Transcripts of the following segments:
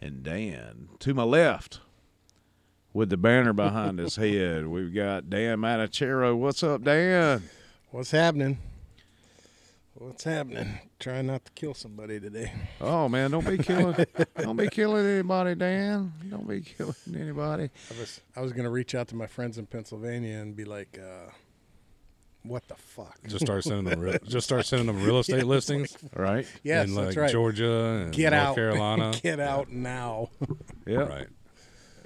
and Dan. To my left, with the banner behind his head, we've got Dan Manichero. What's up, Dan? What's happening? What's happening? Trying not to kill somebody today. Oh man, don't be killing, don't be killing anybody, Dan. Don't be killing anybody. I was I was gonna reach out to my friends in Pennsylvania and be like, uh, "What the fuck?" Just start sending them. Real, just start sending them real estate listings All right? yes, in like that's right. Georgia and Get North out, Carolina. Get out now. Yeah. Right.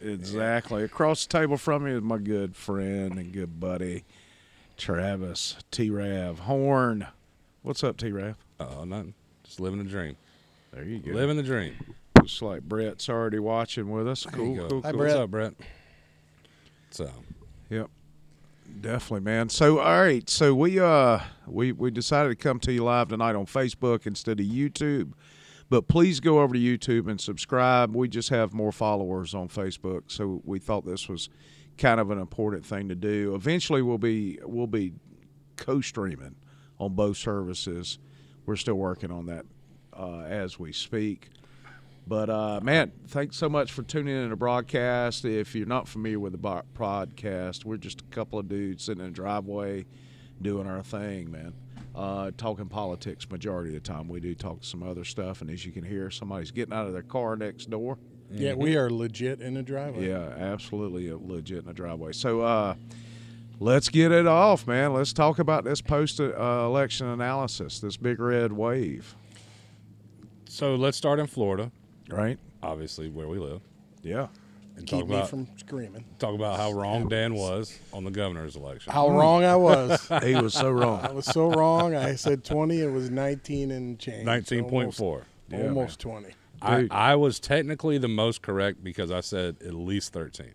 Exactly. Across the table from me is my good friend and good buddy, Travis T. Rav Horn. What's up, T. Rav? Oh, nothing. Just living the dream. There you go. Living the dream. Looks like Brett's already watching with us. Cool, There you go. cool, Hi, cool. Brett. What's up, Brett? So Yep. Definitely, man. So all right, so we uh we we decided to come to you live tonight on Facebook instead of YouTube. But please go over to YouTube and subscribe. We just have more followers on Facebook, so we thought this was kind of an important thing to do. Eventually we'll be we'll be co-streaming on both services. We're still working on that uh, as we speak. But uh, man, thanks so much for tuning in to the broadcast. If you're not familiar with the bo- podcast, we're just a couple of dudes sitting in a driveway doing our thing, man. Uh, talking politics majority of the time. We do talk some other stuff, and as you can hear, somebody's getting out of their car next door. Mm-hmm. yeah, we are legit in the driveway. Yeah, absolutely legit in the driveway. So uh, let's get it off, man. Let's talk about this post uh, election analysis, this big red wave, so let's start in Florida, right? obviously where we live, Yeah. and talk Keep me about from screaming. talk about how wrong Dan was on the governor's election. How wrong I was. He was so wrong. I was so wrong. I said twenty. It was nineteen and change. Nineteen point four. Yeah, Almost, man. almost twenty. I, Dude. I was technically the most correct because I said at least thirteen.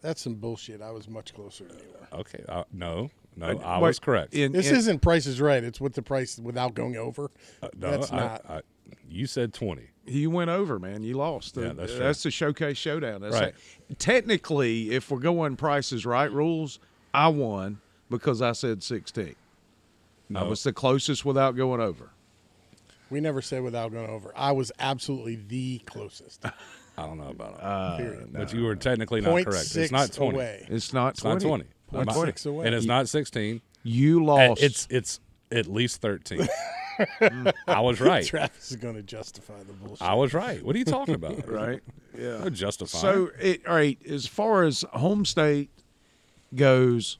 That's some bullshit. I was much closer than you were. Okay, I, no, no, Uh, I wait, was correct. in- This in- isn't Price is Right. It's with the price without going over. Uh, no, That's I- not. I, you said twenty. You went over, man. You lost. The- Yeah, that's the true. showcase showdown. That's Right. it. Technically, if we're going prices right rules, I won because I said 16. I No. was the closest without going over. we never said without going over. I was absolutely the closest. I don't know about it. period. but you were technically Uh, not Uh, Point correct. six It's not twenty. away. It's not It's 20. not twenty. Point My- six away. And it's not sixteen. You And lost. It's it's at least thirteen. I was right. Travis is going to justify the bullshit. I was right. What are you talking about? right. Yeah. No justifying. So, it, all right, as far as home state goes,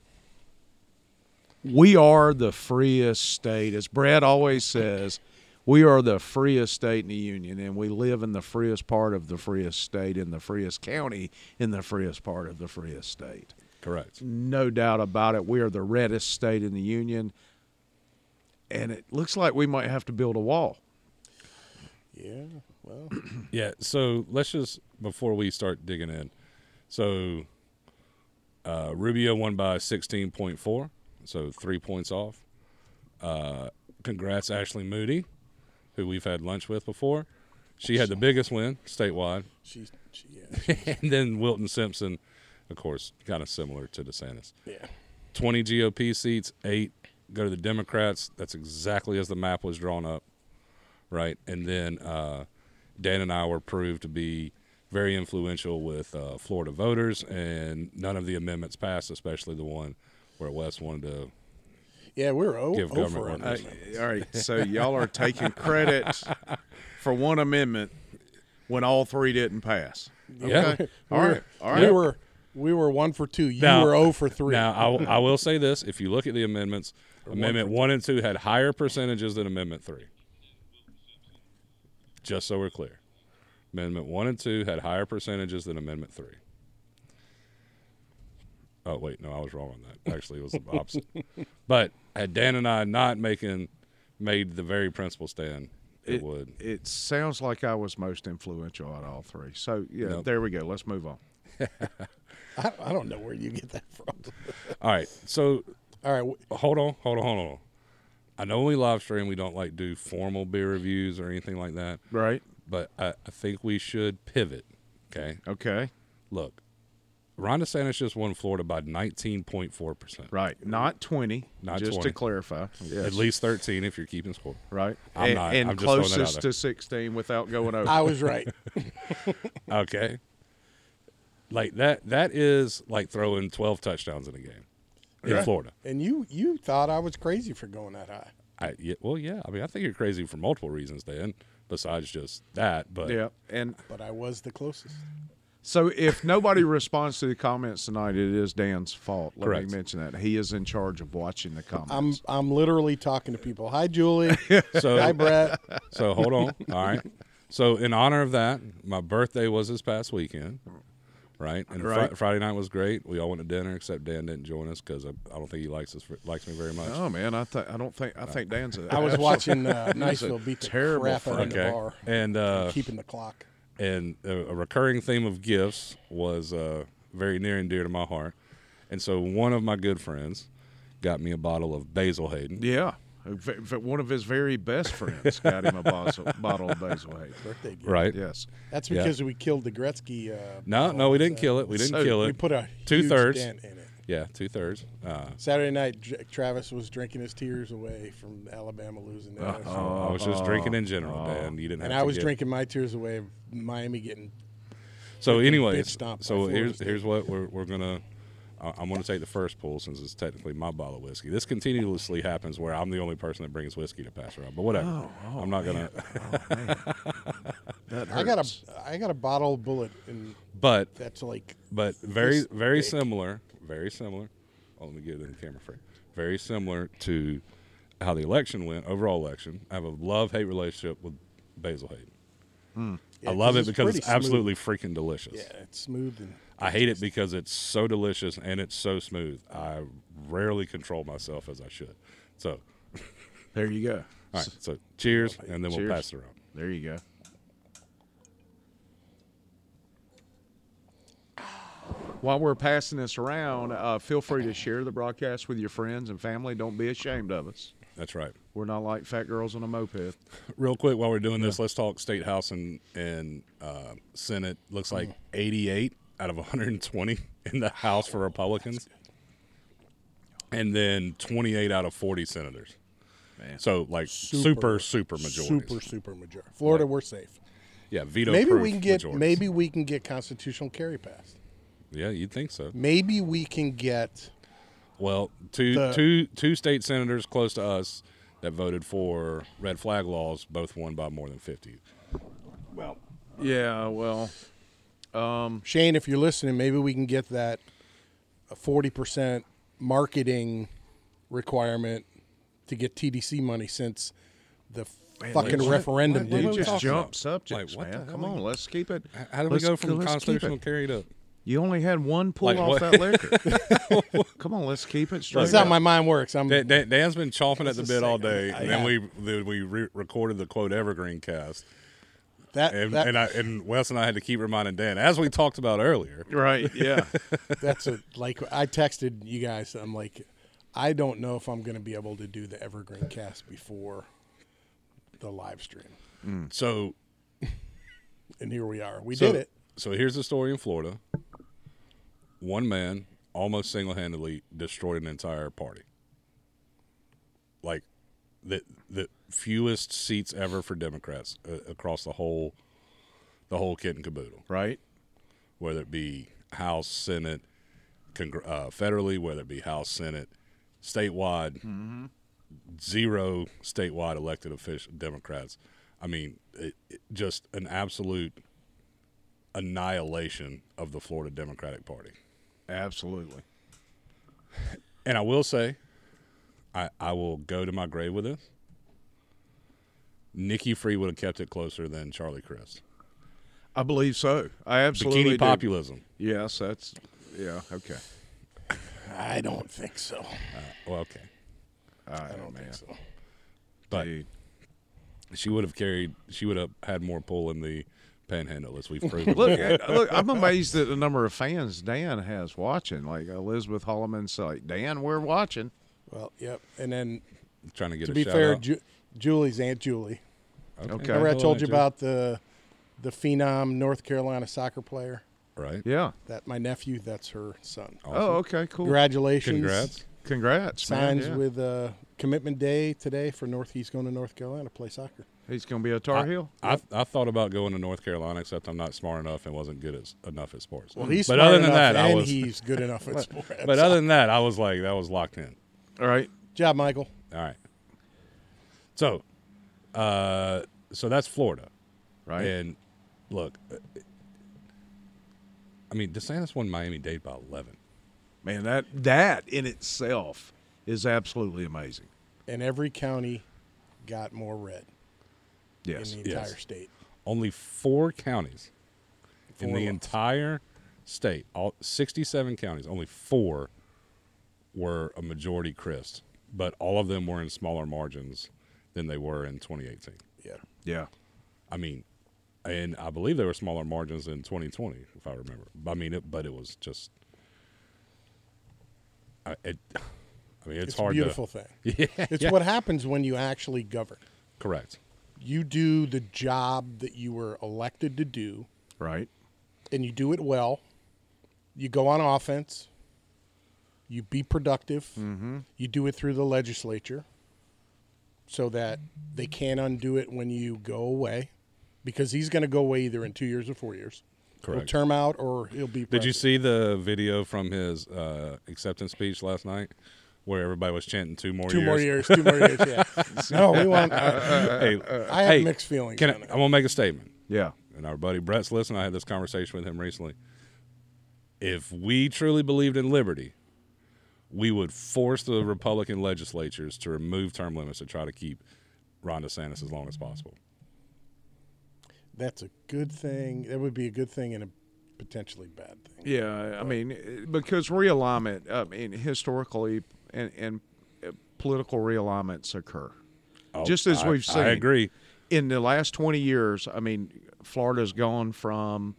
we are the freest state. As Brad always says, we are the freest state in the union, and we live in the freest part of the freest state, in the freest county, in the freest part of the freest state. correct. No doubt about it. We are the reddest state in the union, and it looks like we might have to build a wall. yeah. Well, Yeah. So let's just before we start digging in. So uh, Rubio won by sixteen point four, so three points off. Uh, congrats, Ashley Moody, who we've had lunch with before. She had the biggest win statewide, she, she yeah, and then Wilton Simpson, of course, kind of similar to DeSantis. yeah. 20 GOP seats, eight go to the Democrats. That's exactly as the map was drawn up, right? And then uh, Dan and I were proved to be very influential with uh, Florida voters, and none of the amendments passed, especially the one where West wanted to. Yeah, we were oh, o- Give over government on one. Uh, this. all right, so y'all are taking credit for one amendment when all three didn't pass. Yeah. All right, all We right. were we were 1 for 2. You Now- were 0 for 3. Now, I, will- I will say this if you look at the amendments, Amendment 1 and 2 had higher percentages than Amendment 3. Just so we're clear. Amendment 1 and 2 had higher percentages than Amendment 3. Oh, wait, no, I was wrong on that. Actually, it was the opposite. but had Dan and I not making made the very principal stand, it, It- would. It sounds like I was most influential out of all three. So yeah, Nope. there we go. Let's move on. I, I don't know where you get that from. All right, so All right. wh- hold on, hold on, hold on. I know we live stream, we don't like do formal beer reviews or anything like that, Right? but I, I think we should pivot. Okay, Okay. look, Ron DeSantis just won Florida by nineteen point four percent, Right. Not twenty. Not just to 20. clarify. Yes. at least thirteen if you're keeping score. Right. I'm and not. and I'm just throwing that out closest there. to sixteen without going over. I was right. okay. Like that that is like throwing 12 touchdowns in a game in Right. Florida. And you you thought I was crazy for going that high. I yeah, well yeah, I mean I think you're crazy for multiple reasons then besides just that, but Yeah, and But I was the closest. so if nobody responds to the comments tonight, it is Dan's fault. Let Correct. me mention that he is in charge of watching the comments. I'm I'm literally talking to people. Hi Julie. so Hi Brett. So hold on. All right. So in honor of that, my birthday was this past weekend, right? And Fri- Right. Friday night was great. We all went to dinner, except Dan didn't join us because I, I don't think he likes us likes me very much. oh man, I th- I don't think I think Dan's. A, I was watching uh, That's a Niceville beat the terrible crap out of friend. the okay. bar. And uh, keeping the clock. and a, a recurring theme of gifts was uh, very near and dear to my heart. And so one of my good friends got me a bottle of Basil Hayden. Yeah, V- v- one of his very best friends got him a bottle, bottle of Basil Hayden. Birthday gift. Right. Yes, That's Yeah. because we killed the Gretzky. Uh, No, no, we didn't kill it. We didn't So- kill We it. put a Two huge thirds. dent in it. yeah, two thirds. Uh, Saturday night, J- Travis was drinking his tears away from Alabama losing. Uh, to LSU. I was just drinking in general, Dan. You didn't have Uh, and I to was get- drinking my tears away of Miami getting. So, bitch anyways, stomped by so Florida here's State. here's what we're we're gonna. I- I'm gonna take the first pull since it's technically my bottle of whiskey. This continuously happens where I'm the only person that brings whiskey to pass around, but whatever. Oh, I'm not gonna. that hurts. I got a I got a bottle bullet, and But that's like but very This very dick. similar, very similar. Oh, let me get it in the camera frame. Very similar to how the election went, overall election. I have a love hate relationship with Basil Hayden. Yeah, I love 'cause it it's because pretty it's smooth. absolutely freaking delicious. yeah, it's smooth and I hate it because it's so delicious and it's so smooth. I rarely control myself as I should. So, There you go. all right. So, cheers, and then Cheers. we'll pass it around. There you go. While we're passing this around, uh, feel free to share the broadcast with your friends and family. Don't be ashamed of us. That's right. We're not like fat girls on a moped. Real quick, while we're doing this, let's talk State House and and uh, Senate. Looks like 88 out of 120 in the House for Republicans, and then 28 out of 40 senators. Man. So, like Super, super super, majorities. super super majority. Florida, we're safe. Yeah, veto. maybe we can get maybe we can get constitutional carry passed. Yeah, you'd think so. Maybe we can get Well, two The- two- two state senators close to us that voted for red flag laws both won by more than 50. well Yeah, well, Shane, if you're listening, maybe we can get that forty percent marketing requirement to get TDC money since the fucking what- referendum what- dude. what- you we just talking jump about? subjects, Like, what man. the Come hell? on, let's keep it. How do we let's- go from let's keep it. constitutional carry to You only had one pull Like, off what- that liquor. Come on, let's keep it straight. That's how up. my mind works. I'm Dan, Dan, Dan's been chomping at the That's the bit all second- day, I- and then yeah. we then we re- recorded the quote Evergreen cast, that, and that- and, I, and Wes and I had to keep reminding Dan, as we talked about earlier, right, yeah. that's a like I texted you guys. I'm like, I don't know if I'm going to be able to do the Evergreen cast before the live stream, Mm. so and here we are. We so, did it. So here's the story in Florida. One man almost single handedly destroyed an entire party. Like the the fewest seats ever for Democrats uh, across the whole the whole kit and caboodle, right. whether it be House, Senate, congr- uh, federally, whether it be House, Senate, statewide, zero statewide elected official Democrats. I mean, it, it, just an absolute annihilation of the Florida Democratic Party. Absolutely. And I will say, I, I will go to my grave with this. Nikki Free would have kept it closer than Charlie Crist. I believe so. I absolutely Bikini do. populism. Yes, that's yeah. Okay. I don't think so. Well, okay. All right, I don't man. think so. But Dude. she would have carried, she would have had more pull in the panhandle, as we've proven. Look, I- look, I'm amazed at the number of fans Dan has watching. Like Elizabeth Holloman's like, Dan, we're watching. Well, yep. And then trying to get to a be shout fair, out. Ju- Julie's Aunt Julie. Okay. Remember I Go told you Aunt Ju- about the the phenom North Carolina soccer player? Right. Yeah. That my nephew, that's her son. Oh, okay, cool. Congratulations. Congrats. Congrats, man, Signs yeah. with uh, commitment day today for North. He's going to North Carolina to play soccer. He's going to be a Tar Heel. I, I thought about going to North Carolina, except I'm not smart enough and wasn't good as, enough at sports. Well, he's but smart other than enough that, I and was. he's good enough at sports. but other than that, I was like, that was locked in. All right. job, Michael. All right. So, uh, so that's Florida, Right. and look, uh, I mean, DeSantis won Miami Dade by 11. Man, that that in itself is absolutely amazing. And every county got more red Yes. in the entire yes. state. Only four counties in Four the lost. entire state, all 67 counties, only four were a majority Christ, but all of them were in smaller margins than they were in 2018. Yeah. Yeah. I mean, and I believe there were smaller margins in 2020, if I remember. I mean, it, but it was just, I, it, I mean, it's, It's, a hard beautiful to thing. Yeah, it's what happens when you actually govern. correct. You do the job that you were elected to do, Right. and you do it well. You go on offense. You be productive. Mm-hmm. You do it through the legislature so that they can't undo it when you go away because he's going to go away either in two years or four years. He'll Correct. term out or he'll be. Did you president. see the video from his uh, acceptance speech last night, where everybody was chanting two more Two years? more years. Two more years. Yeah. no, we want. uh, hey, I have hey, mixed feelings Can I, on it. I'm gonna make a statement. Yeah. and our buddy Brett's listening. I had this conversation with him recently. If we truly believed in liberty, we would force the Republican legislatures to remove term limits to try to keep Ron DeSantis as long as possible. That's a good thing. That would be a good thing and a potentially bad thing. Yeah. I mean, eh, because realignment, I mean, historically and, and uh, political realignments occur. Oh, Just as I- we've seen. I agree. in the last 20 years, I mean, Florida's gone from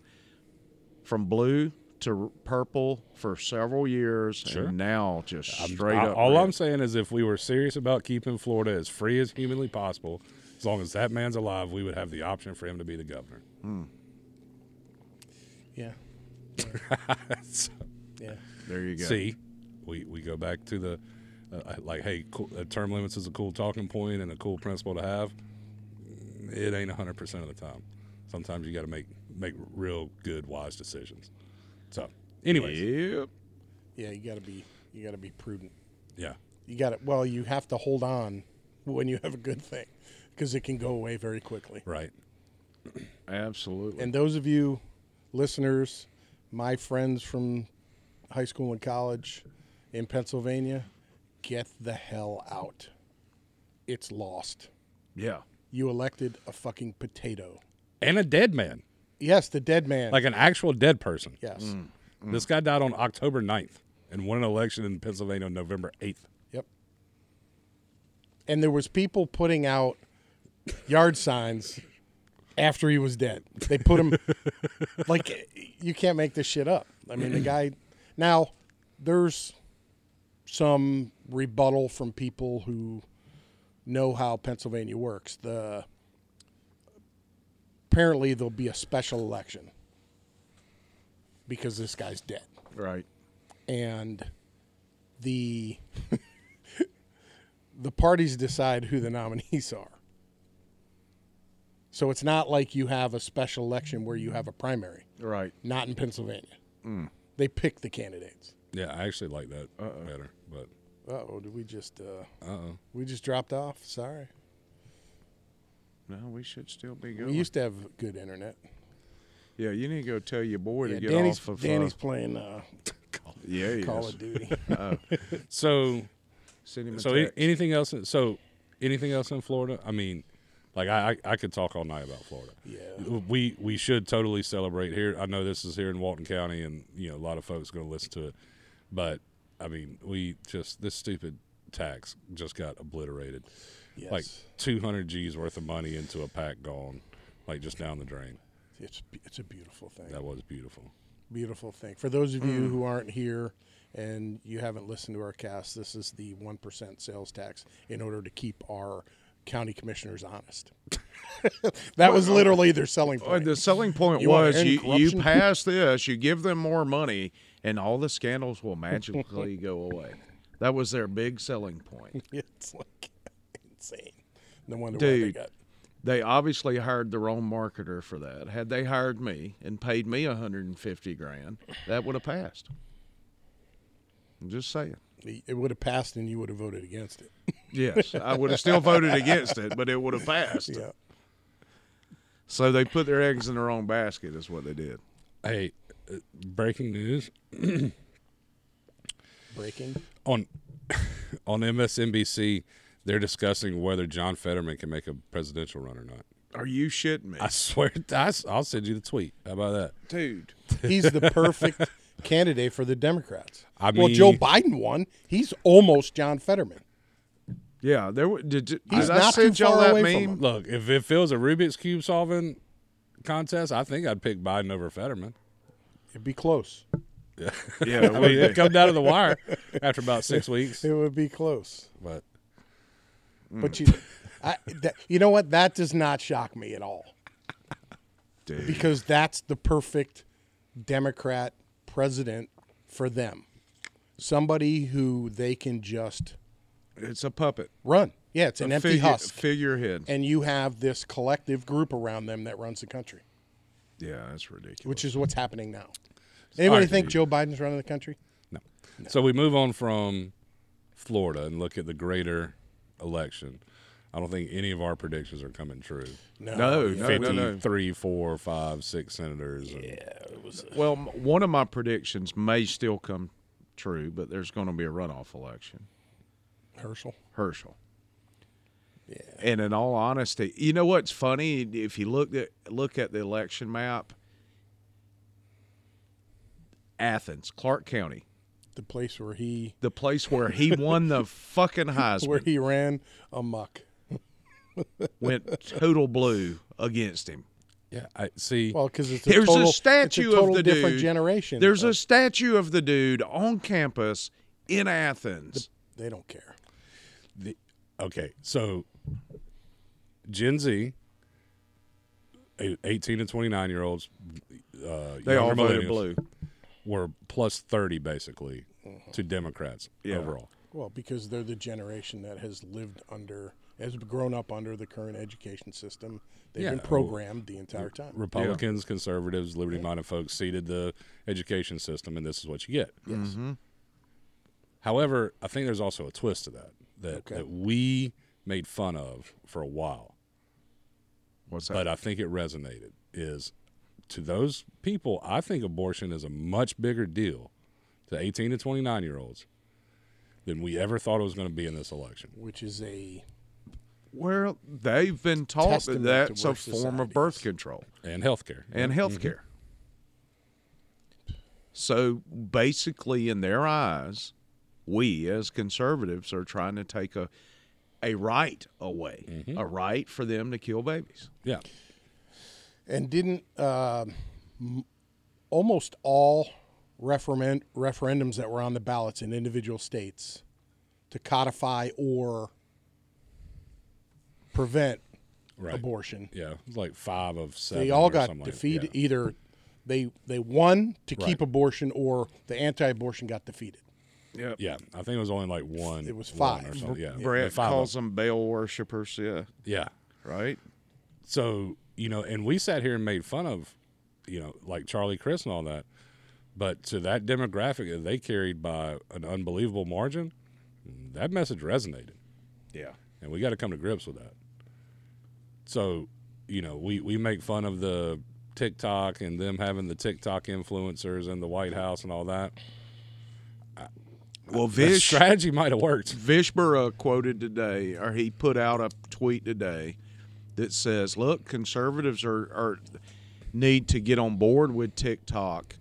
from blue to r- purple for several years, Sure. and now just straight I- up. all red. I'm saying is, if we were serious about keeping Florida as free as humanly possible, as long as that man's alive, we would have the option for him to be the governor. Yeah. So- Yeah. there you go. See, we, we go back to the uh, like, hey, cool, uh, term limits is a cool talking point and a cool principle to have. It ain't hundred percent of the time. Sometimes you got to make make real good wise decisions. So, anyways, yeah, Yep. Yeah. You got to be. You got to be prudent. yeah, You got to. Well, you have to hold on when you have a good thing because it can go away very quickly. right. Absolutely. And those of you listeners, my friends from high school and college in Pennsylvania, get the hell out. It's lost. yeah. You elected a fucking potato. And a dead man, Yes, the dead man. like an actual dead person. yes. This guy died on October 9th and won an election in Pennsylvania on November 8th. Yep. And there was people putting out yard signs after he was dead. They put him like you can't make this shit up. I mean, the guy now there's some rebuttal from people who know how Pennsylvania works. The apparently there'll be a special election because this guy's dead Right. and the the parties decide who the nominees are. So it's not like you have a special election where you have a primary. Right. Not in Pennsylvania. Hmm. They pick the candidates. Yeah, I actually like that better, but Oh, did we just uh, uh oh. we just dropped off? Sorry. No, we should still be We going. used to have good internet. yeah, you need to go tell your boy Yeah, to get Danny's, off of. Danny's uh, playing uh, yeah, he Call is. of Duty. So Send him a So a- text. anything else? So anything else in Florida? I mean, like I, I I could talk all night about Florida. Yeah. We we should totally celebrate here. I know this is here in Walton County, and you know a lot of folks going to listen to it, but I mean, we just this stupid tax just got obliterated. yes. Like 200 G's worth of money into a pack gone, like just down the drain. it's it's a beautiful thing. That was beautiful. Beautiful thing. For those of you who aren't here and you haven't listened to our cast, this is the 1% sales tax in order to keep our county commissioners honest. that was literally their Oh, selling Well, point. the selling point You wanna was end you, you corruption? pass this, you give them more money, and all the scandals will magically go away. That was their big selling point. It's like insane. No wonder why they Dude. got They obviously hired the wrong marketer for that. Had they hired me and paid me 150 grand, that would have passed. I'm just saying. It would have passed, and you would have voted against it. Yes, I would have still voted against it, but it would have passed. Yeah. So they put their eggs in the wrong basket, is what they did. Hey, uh, breaking news Breaking. on on MSNBC. They're discussing whether John Fetterman can make a presidential run or not. Are you shitting me? I swear, I, will send you the tweet. How about that? Dude. He's the perfect candidate for the Democrats. I well, Joe mean- Biden won. He's almost John Fetterman. Yeah, there were. Did, did, He's did I not too send y'all far that away from meme? him. Look, if, if it was a Rubik's cube solving contest, I think I'd pick Biden over Fetterman. It'd be close. Oh, Yeah, it I would mean, be. it'd come down to the wire after about six weeks. It would be close. But Hmm. But you, I, that, you know what? That does not shock me at all Dude. because that's the perfect Democrat president for them. Somebody who they can just It's a puppet. run. Yeah, it's an A empty figure, husk, Figurehead. and you have this collective group around them that runs the country, yeah, that's ridiculous. which is what's happening now. Anybody Alright. think Joe Biden's running the country? no. So we move on from Florida and look at the greater election. I don't think any of our predictions are coming true. no, no, no, no. Fifty-three, four, five, six senators. and- Well, m- one of my predictions may still come true, but there's going to be a runoff election. Herschel. Herschel. Yeah. And in all honesty, you know what's funny? If you look at look at the election map, Athens, Clark County, the place where he the place where he won the fucking Heisman, where he ran amok. went total blue against him. Yeah, I see. Well, because it's a There's total, a statue it's a total of the different dude. generation. There's of- a statue of the dude on campus in Athens. they don't care. okay, so Gen Z, eight- 18 to 29 year olds, uh, they all younger voted millennials, blue. were plus 30 basically to Democrats Yeah. overall. Well, because they're the generation that has lived under, has grown up under the current education system. They've Yeah, been well, programmed the entire time. Republicans, conservatives, liberty minded folks seeded the education system, and this is what you get. Yes. Mm-hmm. However, I think there's also a twist to that that, Okay. that we made fun of for a while, What's that? but I think it resonated. Is to those people, I think abortion is a much bigger deal to 18 to 29 year olds than we ever thought it was going to be in this election. which is a Well, they've been taught that Testament to that's a where form of society birth control And healthcare. and health Mm-hmm. care. So basically, in their eyes, we as conservatives are trying to take a a right away, Mm-hmm. a right for them to kill babies. Yeah. and didn't um m- almost all referend, referendums that were on the ballots in individual states to codify or prevent Right. abortion Yeah. It was like five of seven. they all or got something like- defeated yeah. either they they won to Right. keep abortion or the anti-abortion got defeated Yeah, Yeah, I think it was only like one. It was one five. or something. Yeah, Brett five of calls them Baal worshippers. Yeah, them. Yeah. right. So you know, and we sat here and made fun of, you know, like Charlie Chris and all that. But to that demographic that they carried by an unbelievable margin, that message resonated, Yeah, and we got to come to grips with that. So, you know, we we make fun of the TikTok and them having the TikTok influencers and the White House and all that. Well, The Vish strategy might have worked. Vish Burra quoted today, or he put out a tweet today that says, "Look, conservatives are, are need to get on board with TikTok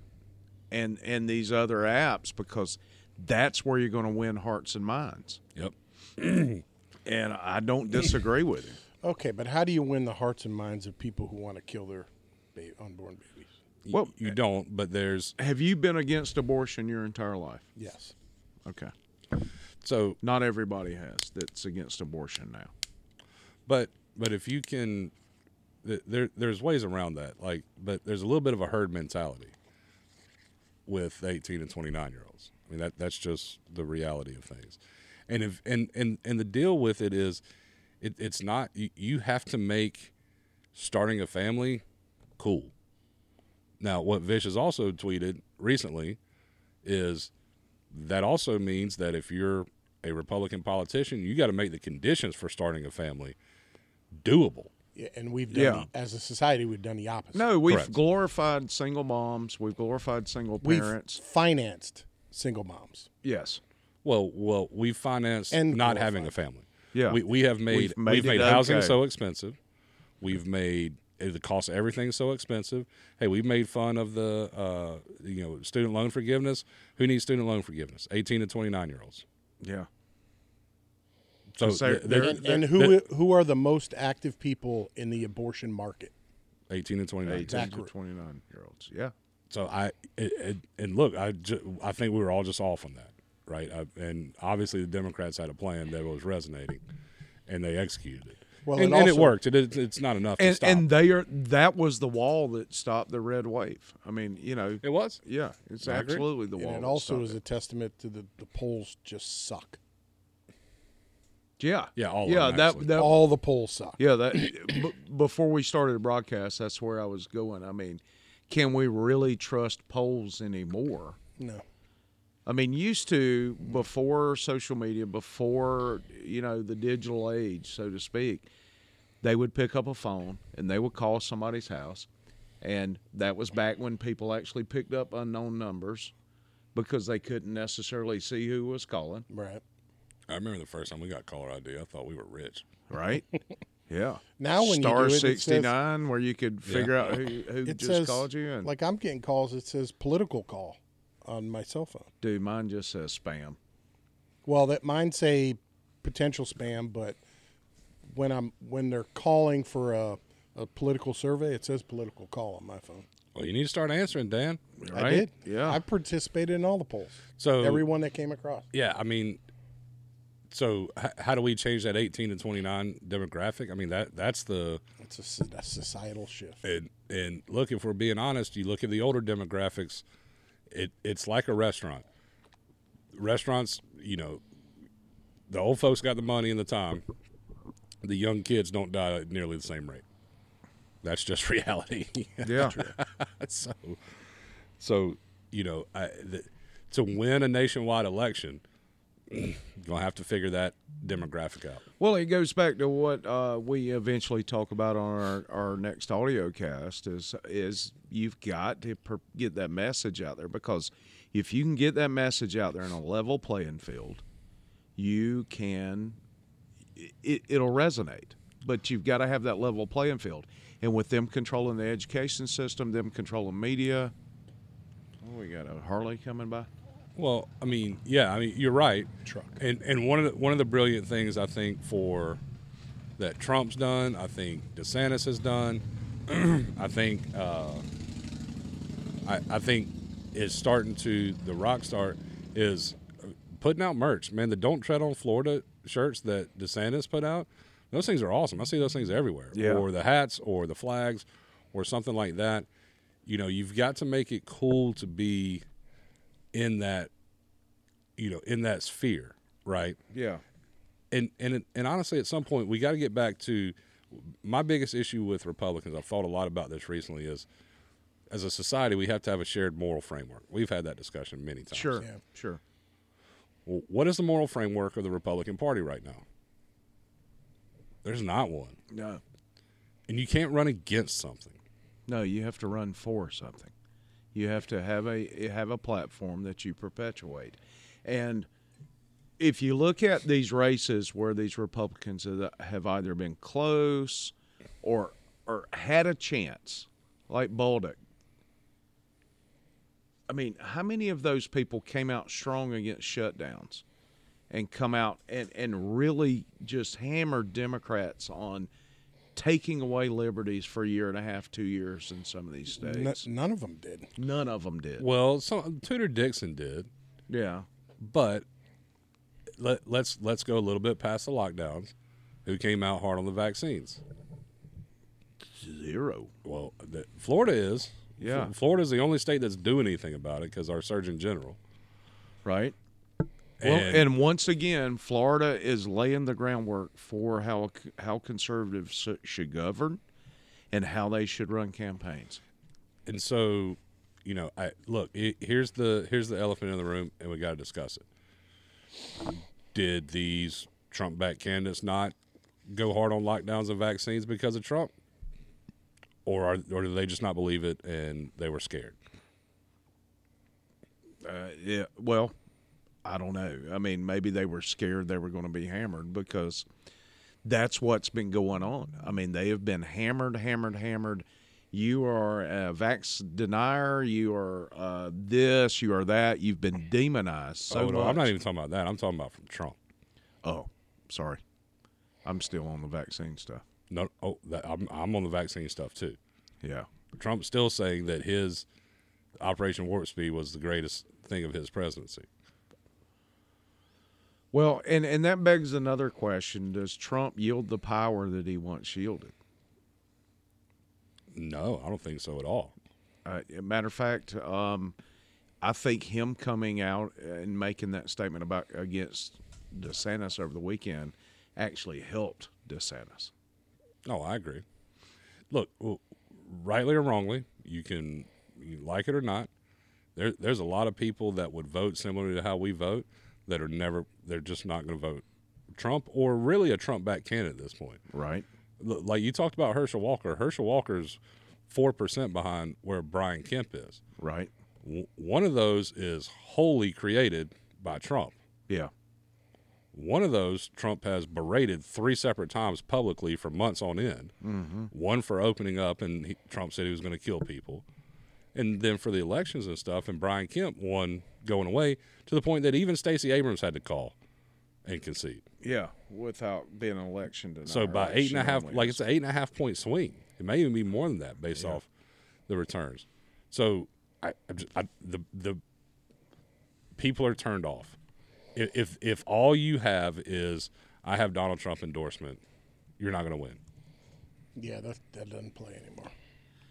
and and these other apps because that's where you're going to win hearts and minds." Yep. And I don't disagree with him. okay but how do you win the hearts and minds of people who want to kill their ba- unborn babies Y- Well- you don't, but there's Have you been against abortion your entire life? yes Okay, so not everybody has that's against abortion now. But but if you can, th- there there's ways around that. Like, but there's a little bit of a herd mentality with 18 and 29 year olds. I mean that that's just the reality of things. And if and and and the deal with it is, It, it's not you, you have to make starting a family cool. Now, what Vish has also tweeted recently is that also means that if you're a Republican politician, you got to make the conditions for starting a family doable. Yeah, and we've done Yeah. the- as a society we've done the opposite. No, we've Correct. glorified single moms. We've glorified single we've parents. financed single moms. yes. Well, well, we financed And not qualified. having a family. Yeah. we, we have made we've made made, it housing okay. so expensive. We've made eh, the cost of everything so expensive. Hey, we've made fun of the uh, you know student loan forgiveness. Who needs student loan forgiveness? Eighteen to twenty nine year olds. Yeah. So So th- they're, And, and who who are the most active people in the abortion market? eighteen to twenty nine. 18 to accurate. 29 year olds. Yeah. So I it, it, and look, I ju- I think we were all just off on that, right? I, and obviously the Democrats had a plan that was resonating, and they executed it. Well, and, and and also- it worked. It is, it's not enough to And, stop. and they are that was the wall that stopped the red wave. I mean, you know, it was. yeah, it's I agree. absolutely the wall. And it that also stopped is it. a testament to the, the polls just suck. yeah, Yeah, all of yeah. them, that actually. that All the polls suck. Yeah, that b- before we started the broadcast, that's where I was going. I mean, can we really trust polls anymore? No. I mean, used to before social media, before you know the digital age, so to speak, they would pick up a phone and they would call somebody's house, and that was back when people actually picked up unknown numbers because they couldn't necessarily see who was calling. Right. I remember the first time we got caller ID. I thought we were rich. Right? yeah. Now when Star you do it, it sixty says- nine, where you could figure out who, who It just says called you, and like I'm getting calls. It says political call on my cell phone. dude, mine just says spam. Well, that mine say potential spam, but when I'm when they're calling for a, a political survey, it says political call on my phone. Well, you need to start answering, Dan. Right? Oh. I did. Yeah. I participated in all the polls. So Everyone that came across. yeah, I mean, so h- how do we change that 18 to 29 demographic? I mean that that's the It's a, so- that's societal shift. and and look if we're being honest, you look at the older demographics, it it's like a restaurant. Restaurants, you know, the old folks got the money and the time. The young kids don't die at nearly the same rate. That's just reality. Yeah, so, so you know, I, the, to win a nationwide election, you're gonna have to figure that demographic out. Well, it goes back to what uh, we eventually talk about on our, our next audio cast is is you've got to per- get that message out there because if you can get that message out there in a level playing field, you can it, it'll resonate. But you've got to have that level playing field, and with them controlling the education system, them controlling media. Oh, we got a Harley coming by. Well, I mean, yeah, I mean, you're right. Truck. And and one of the one of the brilliant things I think for that Trump's done, I think DeSantis has done, I think uh, I I think is starting to the rock star is putting out merch, man. The Don't Tread on Florida shirts that DeSantis put out, those things are awesome. I see those things everywhere. Yeah. Or the hats, or the flags, or something like that. You know, you've got to make it cool to be in that you know in that sphere right Yeah, and and and honestly at some point we got to get back to my biggest issue with republicans i've thought a lot about this recently is as a society we have to have a shared moral framework we've had that discussion many times sure, Yeah. sure. well, what is the moral framework of the republican party right now there's not one No, and you can't run against something No, you have to run for something. You have to have a have a platform that you perpetuate. And if you look at these races where these Republicans have- have either been close or or had a chance, like Baldock. I mean, how many of those people came out strong against shutdowns and come out and, and really just hammered Democrats on taking away liberties for a year and a half, two years in some of these N- states? none of them did. None of them did. well so tudor dixon did Yeah. but let, let's let's go a little bit past the lockdowns. Who came out hard on the vaccines? Zero. Well, the, Florida is. Yeah. Florida is the only state that's doing anything about it because our Surgeon General. Right? Well, And- and, once again, Florida is laying the groundwork for how how conservatives sh- should govern and how they should run campaigns. and so you know i look it, here's the here's the elephant in the room and we got to discuss it did these trump back candidates not go hard on lockdowns and vaccines because of trump or are or do they just not believe it and they were scared Uh, yeah, well, I don't know. I mean, maybe they were scared they were going to be hammered because that's what's been going on. I mean, they have been hammered, hammered, hammered. You are a vax denier. You are uh, this. You are that. You've been demonized so Hold much. on, Oh, i'm not even talking about that i'm talking about from trump oh, sorry. I'm still on the vaccine stuff. no oh that, I'm, I'm on the vaccine stuff too Yeah. trump's still saying that his operation warp speed was the greatest thing of his presidency Well, and and that begs another question: Does Trump yield the power that he once yielded? no i don't think so at all Uh, matter of fact, um, I think him coming out and making that statement about against DeSantis over the weekend actually helped DeSantis. No, I agree. Look, w- rightly or wrongly, you can you like it or not. There, there's a lot of people that would vote similar to how we vote that are never, they're just not going to vote Trump or really a Trump back candidate at this point. Right. Look, like you talked about Herschel Walker. Herschel Walker's 4% behind where Brian Kemp is. Right. W- one of those is wholly created by Trump. Yeah. One of those Trump has berated three separate times publicly for months on end. Mm-hmm. One for opening up, and he, Trump said he was going to kill people. And then for the elections and stuff, and Brian Kemp won going away to the point that even Stacey Abrams had to call and concede. Yeah. Without being an election denier. So by eight and a election half, only. like it's an eight and a half point swing. It may even be more than that based off the returns. So I, I, just- I the the people are turned off. I- If if all you have is I have Donald Trump endorsement, you're not going to win. Yeah, that that doesn't play anymore.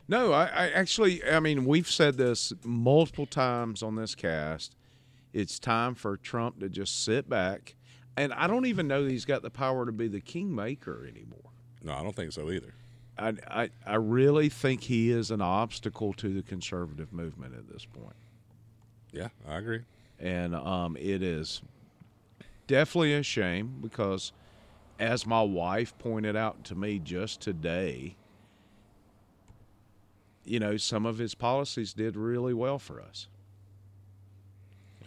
No, I, I actually, I mean, we've said this multiple times on this cast. It's time for Trump to just sit back. And I don't even know that he's got the power to be the kingmaker anymore. No, I don't think so either. I, I, I really think he is an obstacle to the conservative movement at this point. Yeah, I agree. And um, it is definitely a shame because, as my wife pointed out to me just today, you know, some of his policies did really well for us.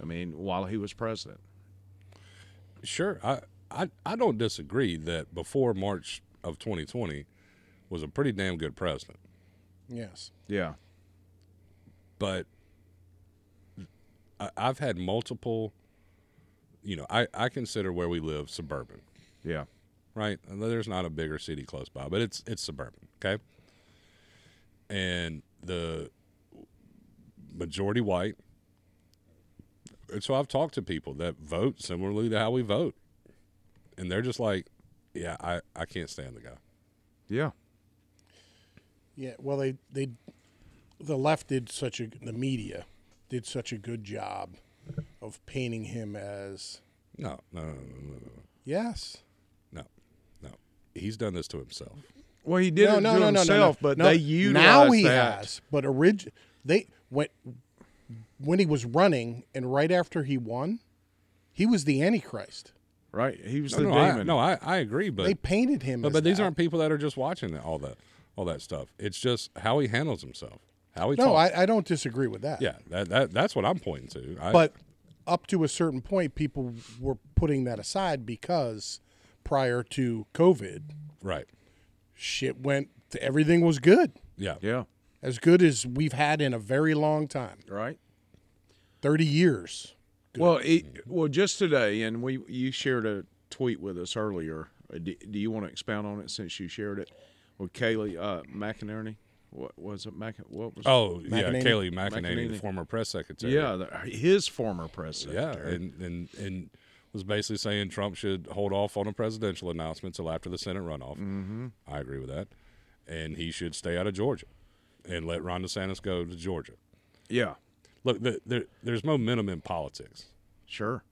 I mean, while he was president. Sure, I I, I don't disagree that before March of 2020 was a pretty damn good president. Yes. Yeah. but I- I've had multiple. You know, I, I consider where we live suburban, Yeah. right? And There's not a bigger city close by, but it's it's suburban, okay? And the majority white. And so I've talked to people that vote similarly to how we vote. And they're just like, yeah, I, I can't stand the guy. Yeah. Yeah. Well, they they the left did such a the media did such a good job of painting him as No, no, no, no, no, yes. no, no. He's done this to himself. Well, he did no, it no, to no, no, himself, no, no. but no, they utilized now he that. has. But orig- they when when he was running and right after he won, he was the Antichrist. Right. He was the No, no, demon. I, no, I, I agree, but They painted him. But, as but these that. aren't people that are just watching all that all that stuff. It's just how he handles himself, how he No, talks. I, I don't disagree with that. yeah, that, that that's what I'm pointing to. I, But up to a certain point, people were putting that aside because prior to COVID, right, shit went. Everything was good, yeah, Yeah. as good as we've had in a very long time, Right. thirty years. Well, it, Mm-hmm. well, just today, and we you shared a tweet with us earlier. Uh, Do, do you want to expound on it since you shared it with Kaylee uh, McInerney? What was it? Mc, what was? Oh yeah, McEnany. Kaylee McEnany, the McEnany. former press secretary. yeah, the, his former press yeah, secretary. and and and was basically saying Trump should hold off on a presidential announcement till after the Senate runoff. Mm-hmm. I agree with that, and he should stay out of Georgia and let Ron DeSantis go to Georgia. Yeah, Look, the, there, there's momentum in politics. sure.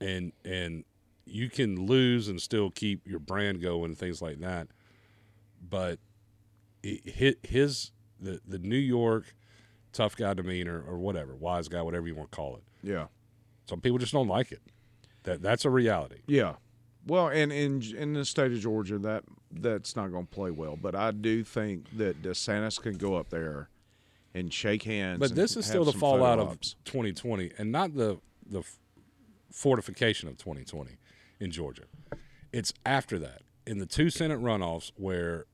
and and you can lose and still keep your brand going and things like that. But it, hit his the the New York tough guy demeanor or whatever, wise guy, whatever you want to call it. Yeah. Some people just don't like it. That that's a reality. Yeah. Well, and in in the state of Georgia, that that's not going to play well. But I do think that DeSantis can go up there and shake hands. But and this have is still the some fallout photo of ops. 2020, and not the the f- fortification of 2020 in Georgia. It's after that in the two Senate runoffs where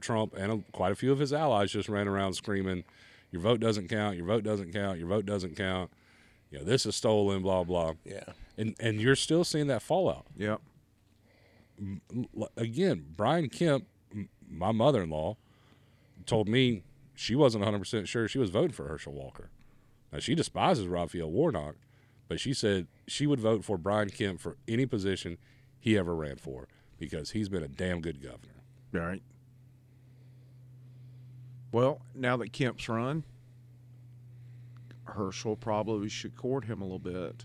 Trump and a, quite a few of his allies just ran around screaming, "Your vote doesn't count. Your vote doesn't count. Your vote doesn't count. You know this is stolen. Blah blah." Yeah. And and you're still seeing that fallout. Yep. L- Again, Brian Kemp, m- my mother-in-law, told me she wasn't 100% sure she was voting for Herschel Walker. Now, she despises Raphael Warnock, but she said she would vote for Brian Kemp for any position he ever ran for because he's been a damn good governor. All right. Well, now that Kemp's run, Herschel probably should court him a little bit.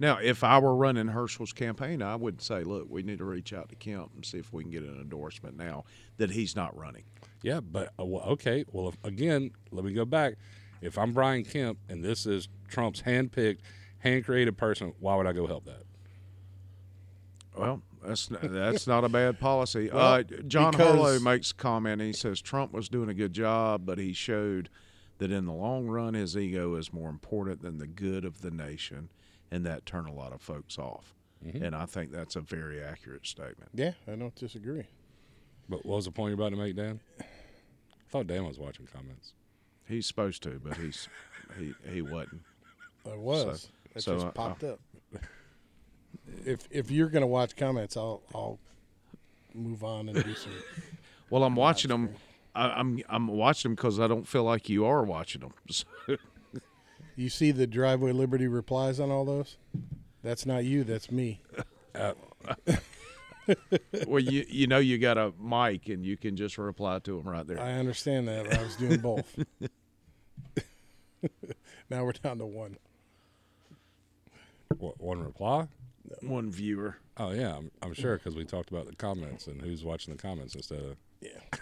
Now, if I were running Herschel's campaign, I would say, look, we need to reach out to Kemp and see if we can get an endorsement now that he's not running. Yeah, but uh, well, okay. Well, if, again, let me go back. If I'm Brian Kemp and this is Trump's hand-picked, hand-created person, why would I go help that? Well, that's n- that's not a bad policy. uh, Well, John because- Harlow makes a comment. He says Trump was doing a good job, but he showed that in the long run, his ego is more important than the good of the nation, and that turned a lot of folks off. Mm-hmm. And I think that's a very accurate statement. Yeah, I don't disagree. But what was the point you're about to make, Dan? I thought Dan was watching comments. He's supposed to, but he's he he wasn't. I was. that so, just uh, popped up. If if you're gonna watch comments, I'll I'll move on and do some. Well, I'm watching them. I, I'm I'm watching them because I don't feel like you are watching them. You see the driveway liberty replies on all those? That's not you. That's me. well, you you know you got a mic and you can just reply to them right there. I understand that. But I was doing both. now we're down to one. What, one reply? One viewer. Oh yeah, I'm, I'm sure because we talked about the comments and who's watching the comments instead of. Yeah.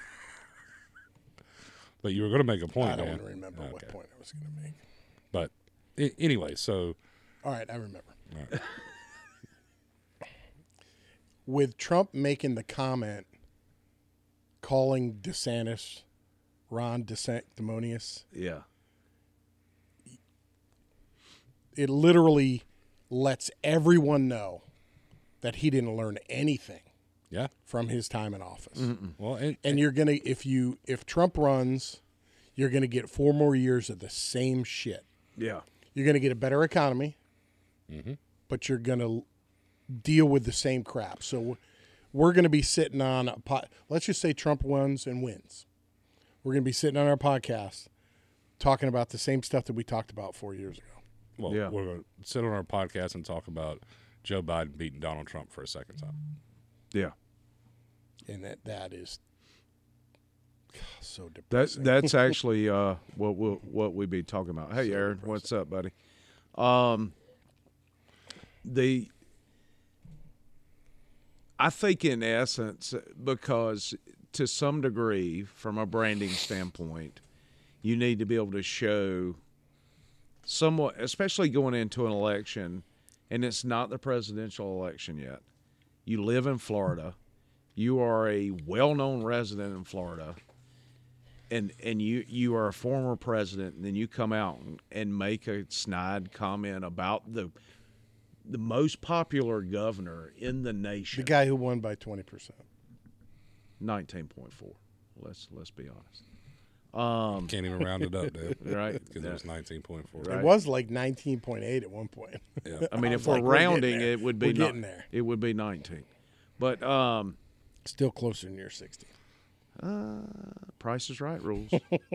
But you were going to make a point. I don't Dan. want to remember what Okay. point I was going to make. But a- anyway, so All right, I remember. all right. With Trump making the comment, calling DeSantis Ron DeSantimonious, Yeah. it literally lets everyone know that he didn't learn anything yeah. from his time in office. Well, and, And you're gonna if you if Trump runs, you're gonna get four more years of the same shit. Yeah. You're gonna get a better economy, but you're gonna deal with the same crap. So we're gonna be sitting on a pot. Let's just say Trump runs and wins. We're gonna be sitting on our podcast talking about the same stuff that we talked about four years ago. well, Yeah. we're going to sit on our podcast and talk about Joe Biden beating Donald Trump for a second time. Yeah. and that that is so That's depressing. that's actually uh, what we what we be talking about. Hey, Aaron, what's up, buddy? Um, the I think in essence, because to some degree, from a branding standpoint, you need to be able to show somewhat, especially going into an election, and it's not the presidential election yet. You live in Florida. You are a well-known resident in Florida and and you you are a former president and then you come out and, and make a snide comment about the the most popular governor in the the nation guy who won by twenty percent. 19.4 let's let's be honest Can't even round it up, dude. Right. Because it was 19.4. Right. It was like nineteen point eight at one point. Yeah. i mean if Like, we're we're getting rounding there. it would be We're ni- getting there. it would be 19 but um Still closer near sixty. price is right rules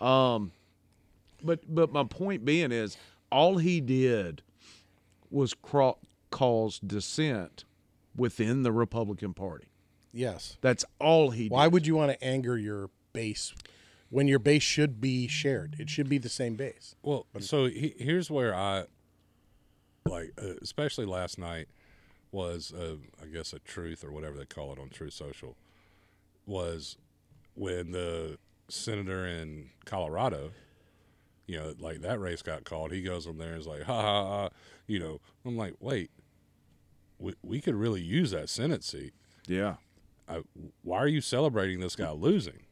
um but but my point being is all he did was cro- cause dissent within the republican party Yes. That's all he did. Why would you want to anger your base when your base should be shared? It should be the same base. Well, so he, here's where I like uh, especially last night was uh, I guess a truth or whatever they call it on True Social was when the senator in Colorado, you know, like that race got called. He goes on there and is like, ha ha ha, you know. I'm like, wait, we, we could really use that Senate seat. Yeah. I, why are you celebrating this guy losing?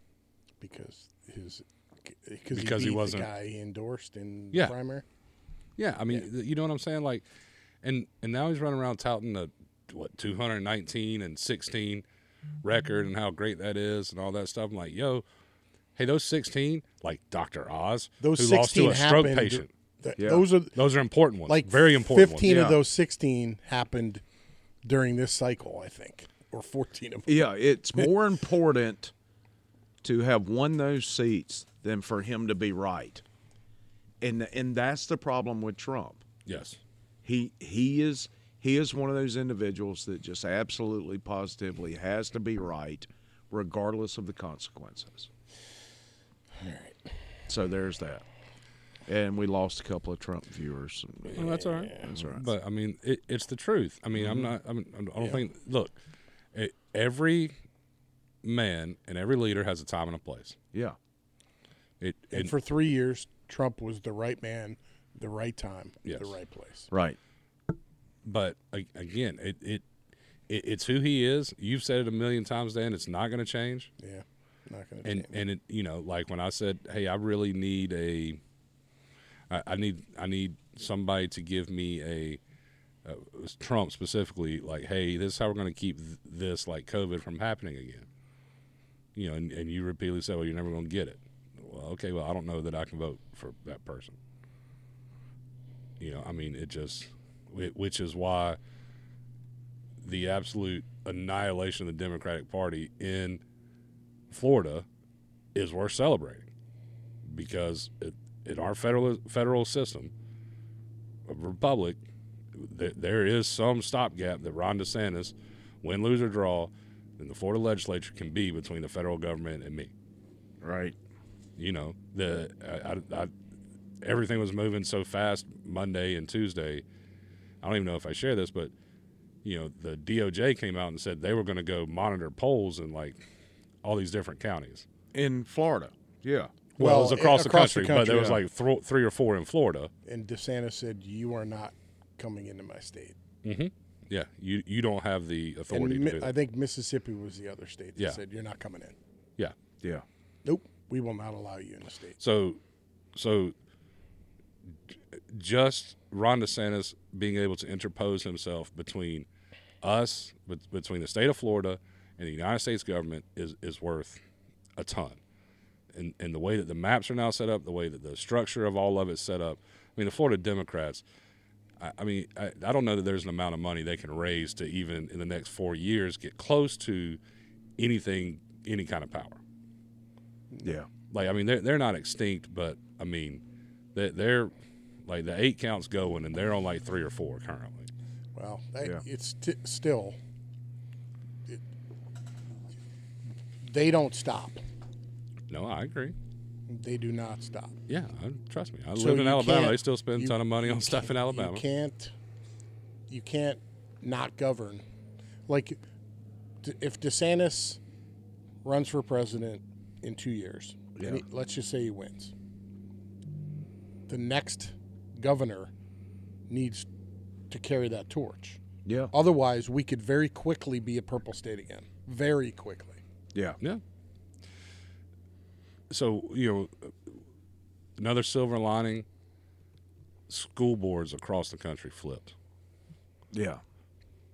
because his because, Because he he, beat wasn't- the guy he endorsed in Yeah. the primary. Yeah, I mean, th- you know what I'm saying? Like, and and now he's running around touting the what 219 and 16 record and how great that is and all that stuff. I'm like, yo, hey, those 16, like Dr. Oz, Those who lost sixteen to a stroke happened. patient. th- Yeah. Those are Those are important ones, like very important Fifteen Yeah. of those sixteen happened during this cycle, I think, or fourteen of them. Yeah, it's more important to have won those seats than for him to be right. And and that's the problem with Trump. ones. Yes, He he is he is one of those individuals that just absolutely positively has to be right regardless of the consequences. All right. So there's that. And we lost a couple of Trump viewers. well, Oh, that's all right. That's all right. But I mean, it, it's the truth. I mean, Mm-hmm. I'm not. I'm, I don't think. Look, e- every man and every leader has a time and a place. Yeah. It, And, and- for three years, Trump was the right man, the right time, Yes. the right place. Right. but a- again, it, it it it's who he is. You've said it a million times, Dan. It's not going to change. Yeah, not gonna And change. and it you know like when I said, hey, I really need a, I, I need I need somebody to give me a. Uh, it was Trump specifically, like, hey, this is how we're going to keep th- this, like COVID, from happening again. You know, and, and you repeatedly say, well, you're never going to get it. Well, okay, well, I don't know that I can vote for that person. You know, I mean, it just, whi- which is why the absolute annihilation of the Democratic Party in Florida is worth celebrating because it, in our federal federal system, a republic, th- there is some stopgap that Ron DeSantis, win, lose, or draw, in the Florida legislature can be between the federal government and me Right. you know the I, I, I, everything was moving so fast Monday and Tuesday. I don't even know if I share this, but you know the DOJ came out and said they were going to go monitor polls in like all these different counties. In Florida. Yeah. Well, it was Well, across, the, across the country, but there was country, like thro- three or four in Florida. And DeSantis said, "You are not coming into my state." Yeah, you you don't have the And authority Mi- to do that. I think Mississippi was the other state that Yeah. said, "You're not coming in." yeah, Yeah. Nope, we will not allow you in the state. So, so j- just Ron DeSantis being able to interpose himself between us, bet- between the state of Florida and the United States government is, is worth a ton. And, and the way that the maps are now set up, the way that the structure of all of it's set up, I mean, the Florida Democrats, I, I mean, I, I don't know that there's an amount of money they can raise to even in the next four years get close to anything, any kind of power Yeah. like I mean they're they're not extinct, but I mean they they're like the eight counts going and they're on like three or four currently. Well, that, Yeah. it's t- still. It, they don't stop. No, I agree. They do not stop. Yeah, I, trust me. I So live in you Alabama. can't- They still spend a you- ton of money you on stuff in can't- Alabama. You can't. You can't not govern. Like, d- if DeSantis runs for president in two years, and Yeah. he- let's just say he wins. The next governor needs to carry that torch. Yeah. Otherwise, we could very quickly be a purple state again. Very quickly. Yeah. Yeah. So you know, another silver lining. School boards across the country flipped Yeah.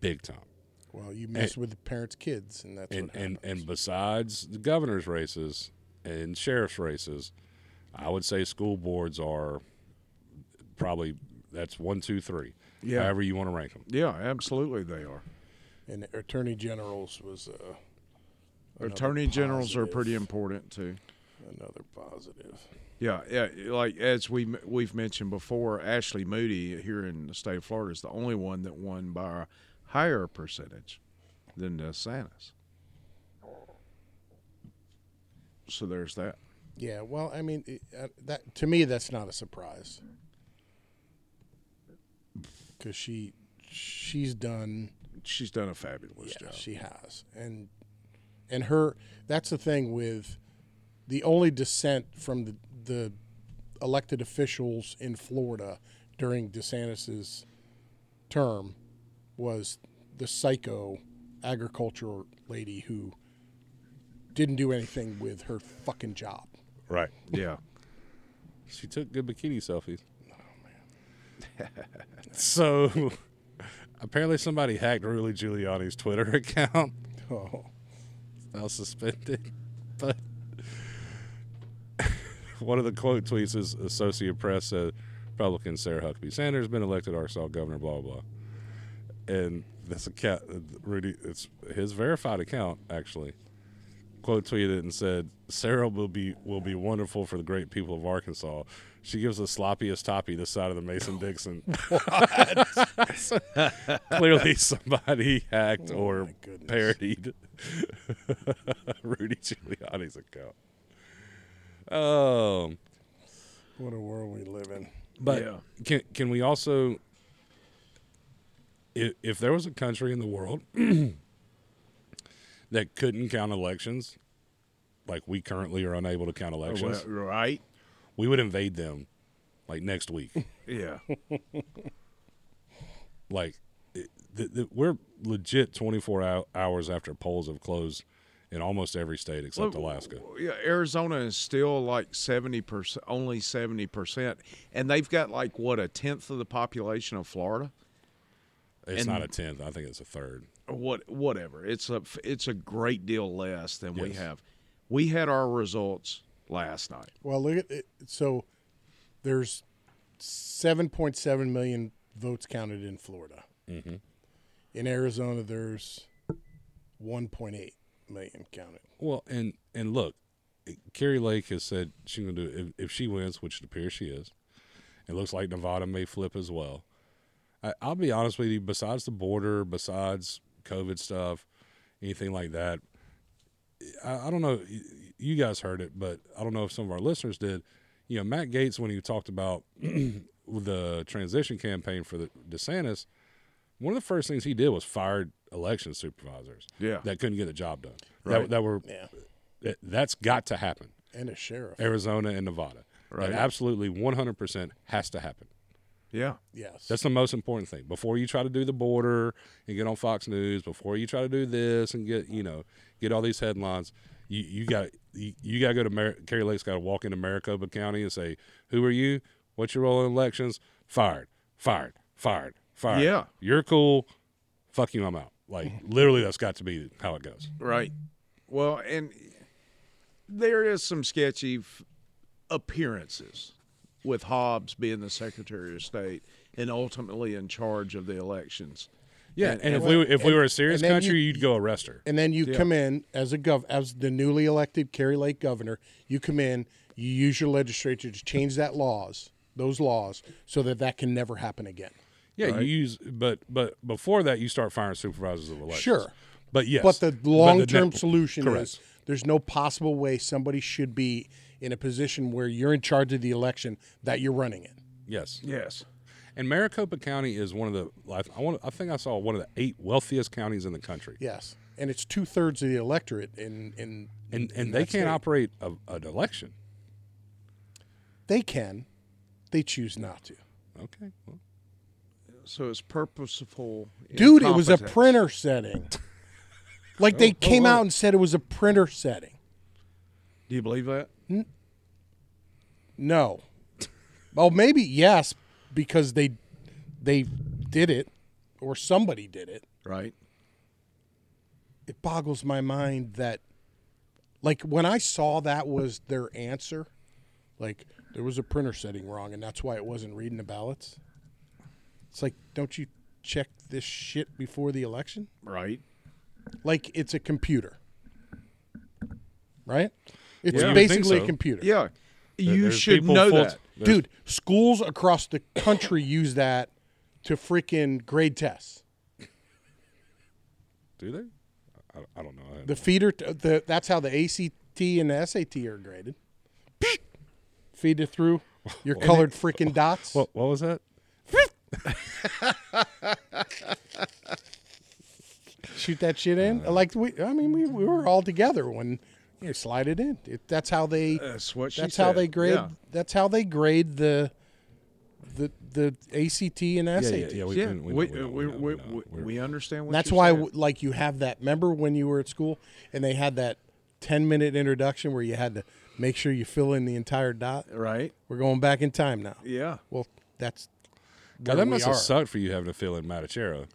big time. Well, you mess with the parents' kids, and that's and what and happens. and besides the governor's races and sheriff's races, I would say school boards are probably that's one, two, three. Yeah. However you want to rank them. Yeah, absolutely they are. and the attorney generals was uh, Another Attorney generals are positive. pretty important too. another positive. Yeah, yeah. Like as we we've mentioned before, Ashley Moody here in the state of Florida is the only one that won by a higher percentage than uh, DeSantis. So there's that. Yeah, well, I mean, it, uh, that to me, that's not a surprise. because she she's done She's done a fabulous yeah, job. she has and and her that's the thing with the only dissent from the, the elected officials in Florida during DeSantis's term was the psycho agricultural lady who didn't do anything with her fucking job. Right. yeah. She took good bikini selfies. Oh man. so apparently somebody hacked Rudy Giuliani's Twitter account. Oh, I was suspended. But one of the quote tweets is Associate Press said Republican Sarah Huckabee Sanders been elected Arkansas governor, blah blah blah. And that's a cat Rudy it's his verified account actually. Quote tweeted and said, Sarah will be will be wonderful for the great people of Arkansas. She gives the sloppiest toppy this side of the Mason Dixon. So, clearly somebody hacked or Oh my goodness. parodied Rudy Giuliani's account. Um, what a world we live in. but Yeah. can can we also, if, if there was a country in the world that couldn't count elections, like we currently are unable to count elections, Oh, Well, right. we would invade them, like next week. Yeah. like it- the, the, we're legit 24 hou- hours after polls have closed in almost every state except Well, Alaska. Yeah, Arizona is still like seventy percent, only seventy percent, and they've got like what a tenth of the population of Florida. It's and- not a tenth. I think it's a third. Or What, whatever. It's a it's a great deal less than we Yes. have. We had our results last night. Well, look at it. So there's 7.7 million votes counted in Florida. Mm-hmm. In Arizona, there's 1.8 million counted. Well, and and look, Carrie Lake has said she's gonna do it if, if she wins, which it appears she is. It looks like Nevada may flip as well. I, I'll be honest with you. Besides the border, besides COVID stuff, anything like that, I, I don't know. y- You guys heard it, but I don't know if some of our listeners did. You know, Matt Gates when he talked about the transition campaign for the DeSantis, one of the first things he did was fired election supervisors. Yeah. that couldn't get the job done. Right. That, that were Yeah. that, that's got to happen. And a sheriff. Arizona and Nevada. Right. That absolutely 100% has to happen. Yeah, Yes. That's the most important thing. Before you try to do the border and get on Fox News, before you try to do this and get, you know, get all these headlines, you you got you, you got to go to Mar- Kerry Lake's got to walk into Maricopa County and say, "Who are you? What's your role in elections? Fired. Fired. Fired. Fired. Yeah. You're cool. Fuck you, I'm out." Like literally that's got to be how it goes. right. Well, and there is some sketchy f- appearances with Hobbs being the Secretary of State and ultimately in charge of the elections. Yeah, and, if we if we were a serious and then country, you- you'd go arrest her. and then you come in as a gov as the newly elected Kerry Lake governor. You come in. You use your legislature to change that laws, those laws, so that that can never happen again. Yeah, you use but but before that you start firing supervisors of elections. Sure. But yes. But the but long ne- term solution correct. is there's no possible way somebody should be in a position where you're in charge of the election that you're running in. Yes. Yes. And Maricopa County is one of the like I want I think I saw one of the eight wealthiest counties in the country. Yes. And it's two thirds of the electorate in, in And and they can't operate a, an election. they can. They choose not to. Okay. Well, So it's purposeful. Dude, it was a incompetence. printer setting. Like they came out and said it was a printer setting. Do you believe that? No. Oh, maybe yes, because they they did it or somebody did it. Right. it boggles my mind that like when I saw that was their answer, like there was a printer setting wrong and that's why it wasn't reading the ballots. It's like, don't you check this shit before the election? Right. Like it's a computer. Right? It's you would think basically so. a computer. Yeah. You there's should people know full- that. there's- Dude, schools across the country use that to freaking grade tests. do they? I, I don't know. I The feeder, t- the that's how the ACT and the SAT are graded. Feed it through your colored freaking dots. what, what was that? shoot that shit uh, in. like we, I mean, we, we were all together when you slide it in. It, that's how they. That's what she that's how said. they grade. Yeah. That's how they grade the the the ACT and SAT. yeah, yeah. We, yeah, we, we, we, uh, know, we, we, know, we, we know. we, We're- we understand what That's you're why, saying. w- like, you have that. Remember when you were at school and they had that ten-minute introduction where you had to make sure you fill in the entire dot. right? We're going back in time now. Yeah. Well, that's. God, where that we must have are. sucked for you having to fill in Matachero.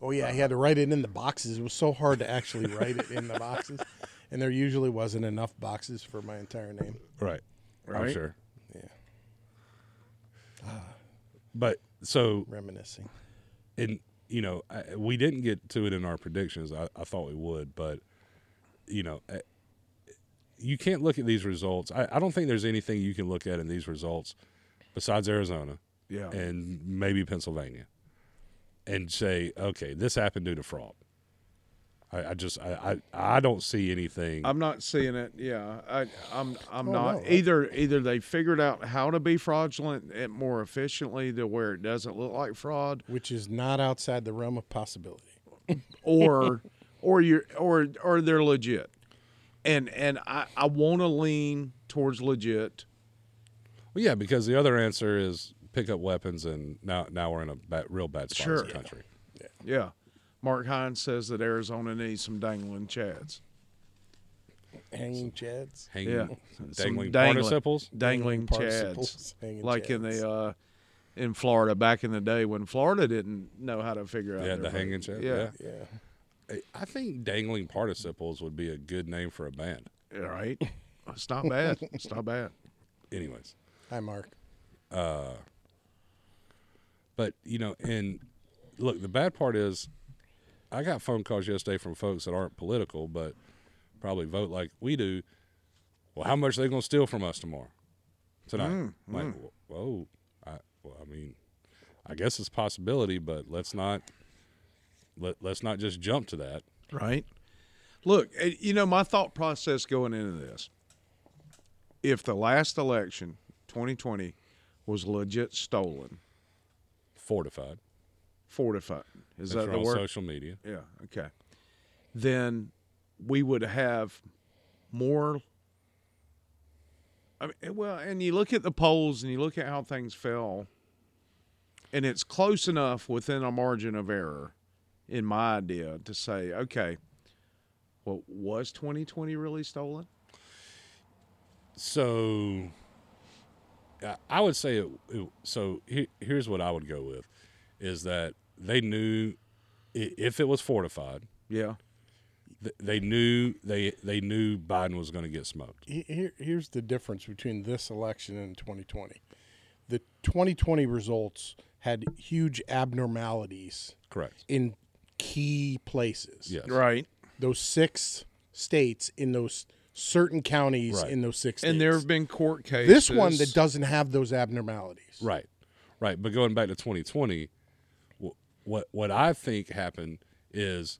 Oh yeah, he had to write it in the boxes. It was so hard to actually write it in the boxes, and there usually wasn't enough boxes for my entire name. Right. I'm Right. Ah. sure. Yeah, But so reminiscing. and you know I, we didn't get to it in our predictions I, I thought we would but you know I, you can't look at these results I, I don't think there's anything you can look at in these results besides arizona Yeah. and maybe pennsylvania and say okay this happened due to fraud i, I just I, I i don't see anything I'm not seeing it. Yeah, I, I'm. I'm Oh, not no. either. Either they figured out how to be fraudulent and more efficiently to where it doesn't look like fraud, which is not outside the realm of possibility. or, or you're, or, or they're legit. And and I, I want to lean towards legit. well, yeah because the other answer is pick up weapons and now now we're in a bad, real bad spot as Sure. a country Yeah. Mark Hines says that Arizona needs some dangling chads. Hanging chads. hanging Yeah. Some dangling dangling. participles Dangling chads. participles, hanging Like in chads. the uh, in Florida back in the day when Florida didn't know how to figure out Yeah, their the vote. hanging chad. Yeah. Yeah. I think dangling participles would be a good name for a band. All right. It's not bad. It's not bad. Anyways, Hi, Mark. but you know, and look, the bad part is, I got phone calls yesterday from folks that aren't political, but probably vote like we do. Well, how much are they gonna steal from us tomorrow, tonight? Hmm, I'm like, whoa, I, well, I mean, I guess it's a possibility, but let's not let let's not just jump to that. right? Look, eh, you know, my thought process going into this if the last election, 2020, was legit stolen, Fortified. fortified, is If that you're the on word? social media? Yeah, okay. Then we would have more. I mean, eh, well, and you look at the polls and you look at how things fell, and it's close enough within a margin of error, in my idea, to say, okay, well, was 2020 really stolen? So, I- I would say it. it so he, here's what I would go with: is that they knew i- if it was fortified, Yeah. th- they knew they they knew Biden was going to get smoked. He- Here, here's the difference between this election and 2020. The 2020 results had huge abnormalities Correct. in key places. Yes. Right. Those six states in those certain counties Right. in those six states. And there have been court cases. this one that doesn't have those abnormalities. Right. Right. But going back to 2020, wh- what what I think happened is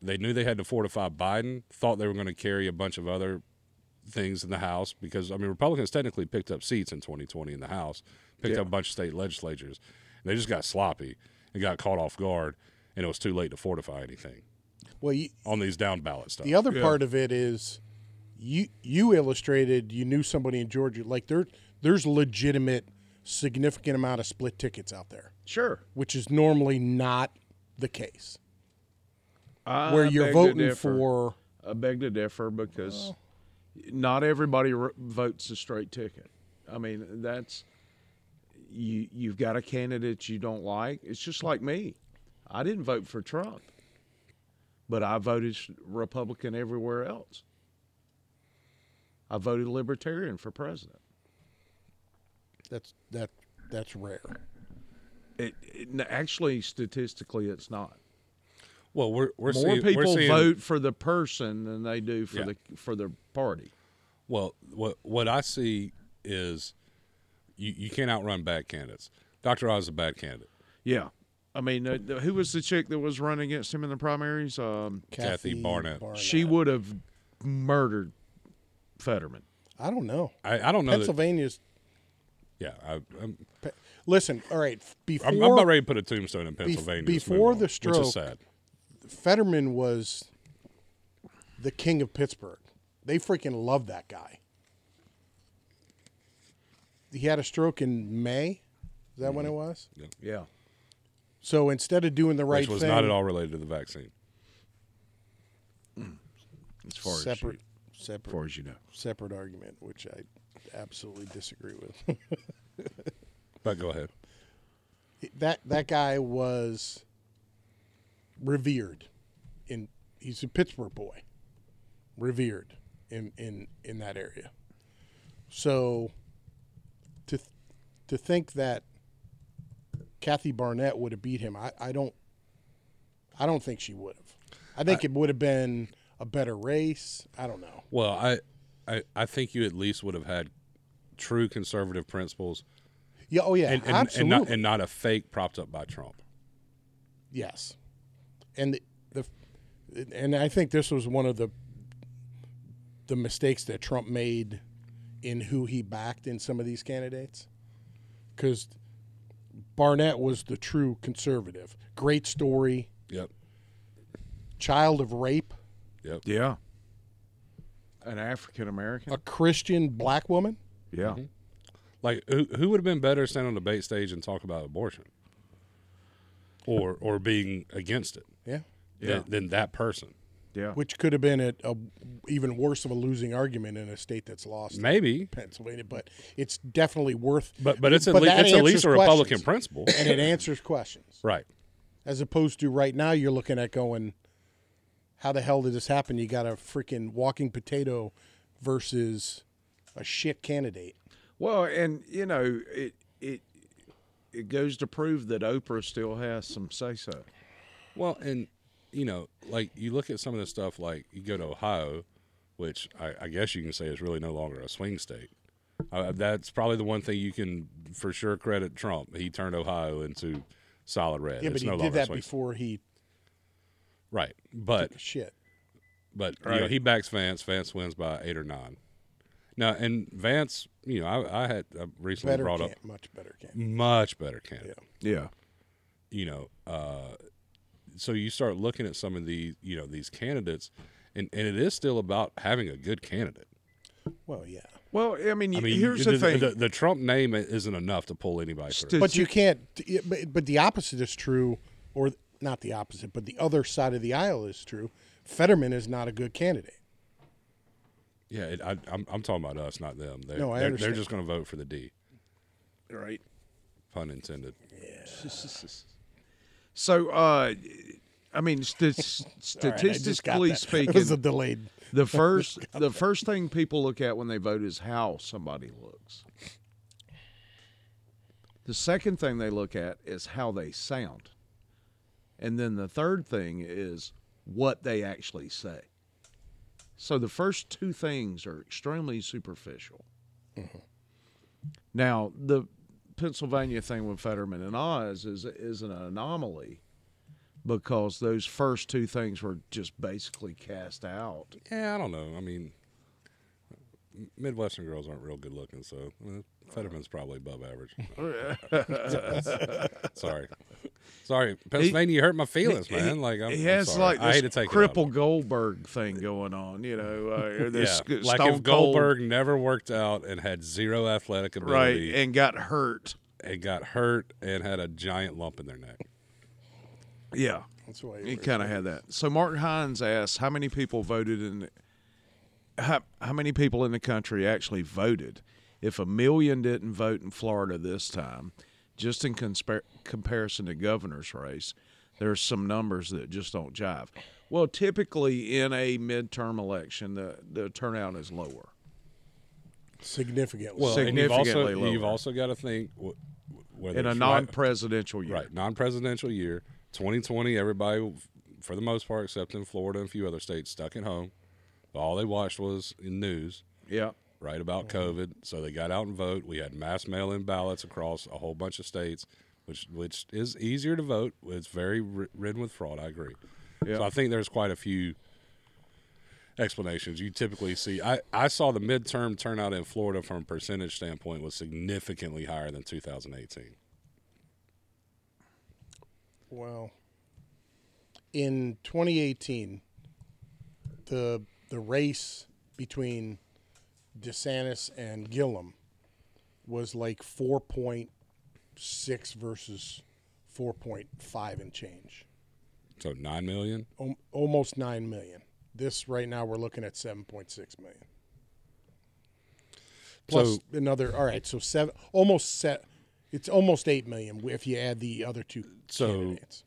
they knew they had to fortify Biden. Thought they were going to carry a bunch of other things in the House because I mean Republicans technically picked up seats in 2020 in the House, picked up a bunch of state legislatures. They just got sloppy and got caught off guard, and it was too late to fortify anything Well, you, on these down ballot stuff. The other part of it is you you illustrated you knew somebody in Georgia. Like there there's legitimate significant amount of split tickets out there, Sure. which is normally not the case. I Where you're beg to voting differ. for I beg to differ because not everybody r- votes a straight ticket. I mean, that's you. You've got a candidate you don't like. It's just like me. I didn't vote for Trump, but I voted s- Republican everywhere else. I voted Libertarian for president. that's that that's rare. It, it n- actually statistically, it's not. well, we're we're More seeing, we're people seeing- vote for the person than they do for Yeah. the for the party. Well, what what I see is you, you can't outrun bad candidates. Dr. Oz is a bad candidate. Yeah. I mean, uh, th- who was the chick that was running against him in the primaries? Um, Kathy Barnett. she would have murdered Fetterman. I don't know. I, I don't know that Pennsylvania's Yeah, I, I'm, Pe- Listen, all right. Before I'm, I'm about ready to put a tombstone in Pennsylvania. Let's move before on, the which stroke- is sad. Fetterman was the king of Pittsburgh. They freaking loved that guy. He had a stroke in May. Is that when it was? Yeah. So instead of doing the right Mm-hmm. which was thing, not at all related to the vaccine. As far as, separate, as separate, far as you know. separate argument, which I absolutely disagree with. But go ahead. that that guy was revered in he's a Pittsburgh boy. Revered in in in that area. So to th- to think that Kathy Barnett would have beat him, I, I don't I don't think she would have. I think it would have been a better race. I don't know. Well, I, I, I think you at least would have had true conservative principles Yeah, oh yeah, and, and, absolutely. and not and not a fake propped up by Trump. Yes, and the, the and I think this was one of the the mistakes that Trump made in who he backed in some of these candidates, because Barnett was the true conservative. Great story, Yep. child of rape, Yep. Yeah. An African American. a Christian black woman. yeah. Like who who would have been better to stand on the debate stage and talk about abortion, or or being against it Yeah, than- Yeah. than, that person? Yeah. which could have been a, a even worse of a losing argument in a state that's lost. Maybe, Pennsylvania, but it's definitely worth. but but it's at, But lea- that it's at answers least a Republican questions. principle, and it answers questions. right? as opposed to right now you're looking at going how the hell did this happen you got a freaking walking potato versus a shit candidate Well, and you know, it it it goes to prove that Oprah still has some say so. Well, and you know, like you look at some of this stuff, like you go to Ohio, which I, I guess you can say is really no longer a swing state. Uh, that's probably the one thing you can for sure credit Trump. He turned Ohio into solid red. yeah it's but he no did longer a that swing state. before he right? But shit but you know, he backs Vance. Vance wins by eight or nine. Now, and Vance, you know, I, I had I recently better brought can up Mm. much better can much better candidate. Yeah. you know, uh, so you start looking at some of the, you know, these candidates, and, and it is still about having a good candidate. well yeah Well, I mean, I mean, here's the, the, thing. the, the Trump name isn't enough to pull anybody through. Sti- but you can't but- but the opposite is true or not the opposite but the other side of the aisle is true fetterman is not a good candidate Yeah, it, I, I'm, I'm talking about us, not them. They're, No, I they're, they're understand. just going to vote for the D, right. pun intended. So, uh, I mean, st- All right, I just got statistically that. speaking, it was a delayed the first the first thing people look at when they vote is how somebody looks. The second thing they look at is how they sound. And then the third thing is what they actually say. So the first two things are extremely superficial. Now, the Pennsylvania thing with Fetterman and Oz is is an anomaly because those first two things were just basically cast out. Yeah, I don't know. I mean, Midwestern girls aren't real good looking, so eh, Fetterman's probably above average. Oh, Sorry, sorry, Pennsylvania, you hurt my feelings, man. like I'm, he I'm has sorry. like I hate to this take it out on cripple Goldberg thing going on, you know. Uh, or this yeah. sc- like Stone if Goldberg never worked out and had zero athletic Cold, right, ability and got hurt. and got hurt and had a giant lump in their neck. Yeah, that's why he you kind of had that. So Mark Hines asked, "How many people voted in? How, how many people in the country actually voted? If a million didn't vote in Florida this time, just in conspar- comparison to governor's race, there's some numbers that just don't jive. Well, typically in a midterm election, the the turnout is lower. significantly Well, and you've also Significantly you've lower. also got to think wh- whether in a it's right- non-presidential year. Right, non-presidential year, 2020. Everybody, for the most part, except in Florida and a few other states, stuck at home. All they watched was in news, Yeah. right Mm-hmm. about COVID. So they got out and vote. We had mass mail-in ballots across a whole bunch of states, which which is easier to vote. It's very ri- ridden with fraud. I agree. Yeah. So I think there's quite a few. explanations. You typically see. I, I saw the midterm turnout in Florida from a percentage standpoint was significantly higher than 2018. Well, in 2018, the the race between DeSantis and Gillum was like 4.6 versus 4.5 and change, So nine million. Al almost nine million. This right now we're looking at 7.6 million. Plus So- another. All right, so seven, almost set. It's almost eight million if you add the other two So- candidates.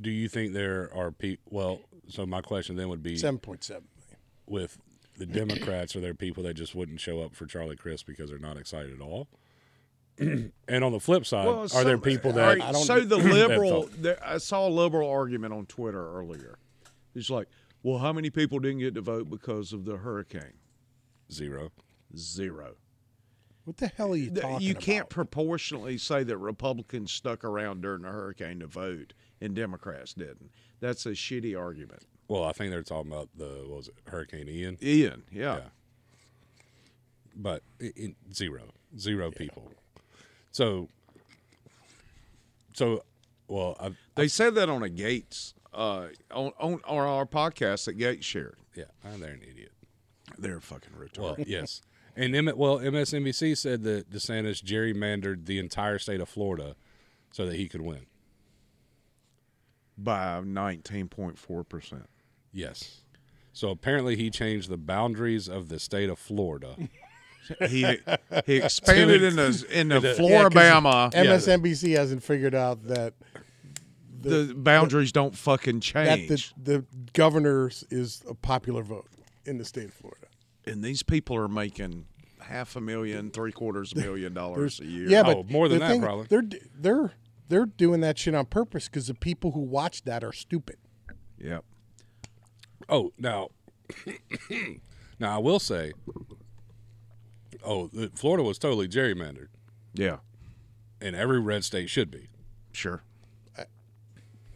Do you think there are people? Well, so my question then would be: Seven point seven million. with the Democrats, are there people that just wouldn't show up for Charlie Crist because they're not excited at all? and on the flip side, Well, are some- uh, there people all that right, I don't- so the that liberal? felt- there, I saw a liberal argument on Twitter earlier. It's like, well, how many people didn't get to vote because of the hurricane? zero? Zero. What the hell are you Th- talking about? You can't proportionally say that Republicans stuck around during the hurricane to vote and Democrats didn't. That's a shitty argument. Well, I think they're talking about the what was it Hurricane Ian, Ian, yeah. Yeah. but i in, zero, zero people. So, so well, I, They said that on a Gates uh, on, on on our podcast that Gates shared. yeah, I'm they're an idiot. They're fucking retarded. Well, yes. And M- well, MSNBC said that DeSantis gerrymandered the entire state of Florida so that he could win. by nineteen point four percent. Yes. So apparently he changed the boundaries of the state of Florida. He he expanded To- into into Yeah, 'cause Floribama. MSNBC hasn't figured out that the boundaries don't fucking that change. the, the governor's is a popular vote in the state of Florida. and these people are making half a million, three quarters of a million dollars a year. Yeah, Oh, but more than the that, thing- probably. They're d- they're they're doing that shit on purpose because the people who watch that are stupid. Yep. Oh, now, now I will say, oh, the- Florida was totally gerrymandered, Yeah. and every red state should be. Sure.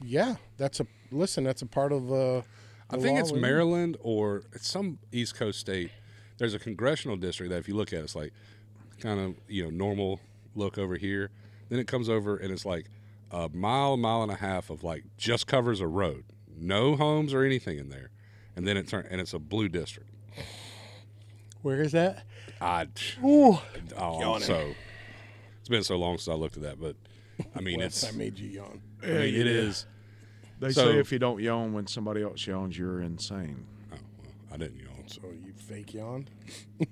Yeah, that's a listen. That's a part of. Uh, I the think law it's and- Maryland or it's some East Coast state. There's a congressional district that, if you look at, it, it's like kind of you know normal look over here. Then it comes over and it's like a mile, mile and a half of like just covers a road, no homes or anything in there. And then it turn and it's a blue district. Where is that? I Ooh, oh, I'm so it's been so long since I looked at that, but I mean it's I I mean, made you yawn. it is. They So- say if you don't yawn when somebody else yawns, you're insane. Oh, well, I didn't yawn. So Oh, you fake yawn.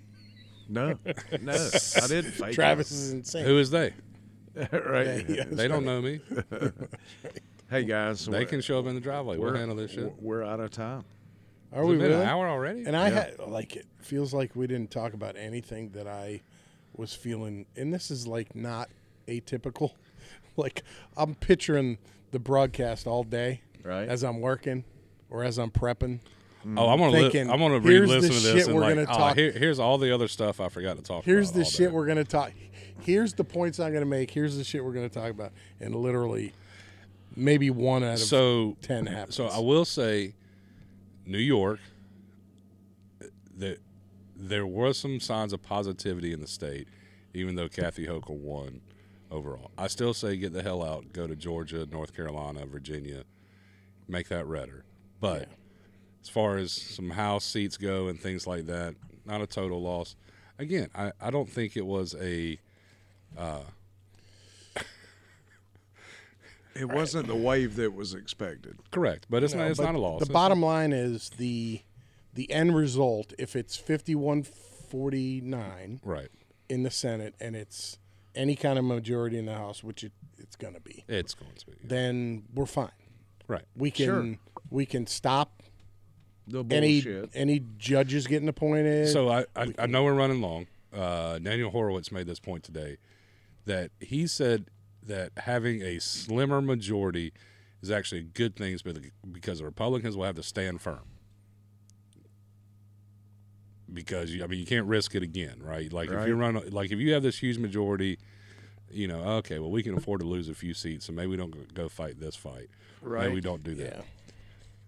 No, no, I didn't fake it. Travis is insane. Who is they? right. Yeah. They don't know me. Hey guys, They we're, can show up in the driveway. We'll we're- handle this shit. We're out of time. Are It's we been really? an hour already? And I had like it feels like we didn't talk about anything that I was feeling, and this is like not atypical. Like I'm picturing the broadcast all day, Right. As I'm working or as I'm prepping. Oh, I'm gonna Mm-hmm. thinking, li- I'm gonna "Here's re-listen the to shit this and we're like, gonna oh, talk- here, here's all the other stuff I forgot to talk. Here's about the all shit day. we're gonna talk. Here's the points I'm gonna make. Here's the shit we're gonna talk about, and literally, maybe one out of so ten happens. So I will say, New York, that there were some signs of positivity in the state, even though Kathy Hochul won overall. I still say get the hell out, go to Georgia, North Carolina, Virginia, make that redder. But as far as some house seats go and things like that, not a total loss. Again, I, I don't think it was a It wasn't the wave that was expected. correct, but it's not it's But not a loss. The It's bottom line is the the end result. If it's fifty-one forty-nine not- right. in the Senate and it's any kind of majority in the House, which it, it's going to be, It's going to be then we're fine. right. We can Sure. we can stop The any bullshit. any judges getting appointed. So I, I, I know we're running long. Uh, Daniel Horowitz made this point today that he said that having a slimmer majority is actually a good thing because- because the Republicans will have to stand firm. Because you, I mean, you can't risk it again, right? Like if you run, like if you have this huge majority, you know, okay, well, we can afford to lose a few seats, so maybe we don't go- go fight this fight. Maybe Right. we don't do that. yeah,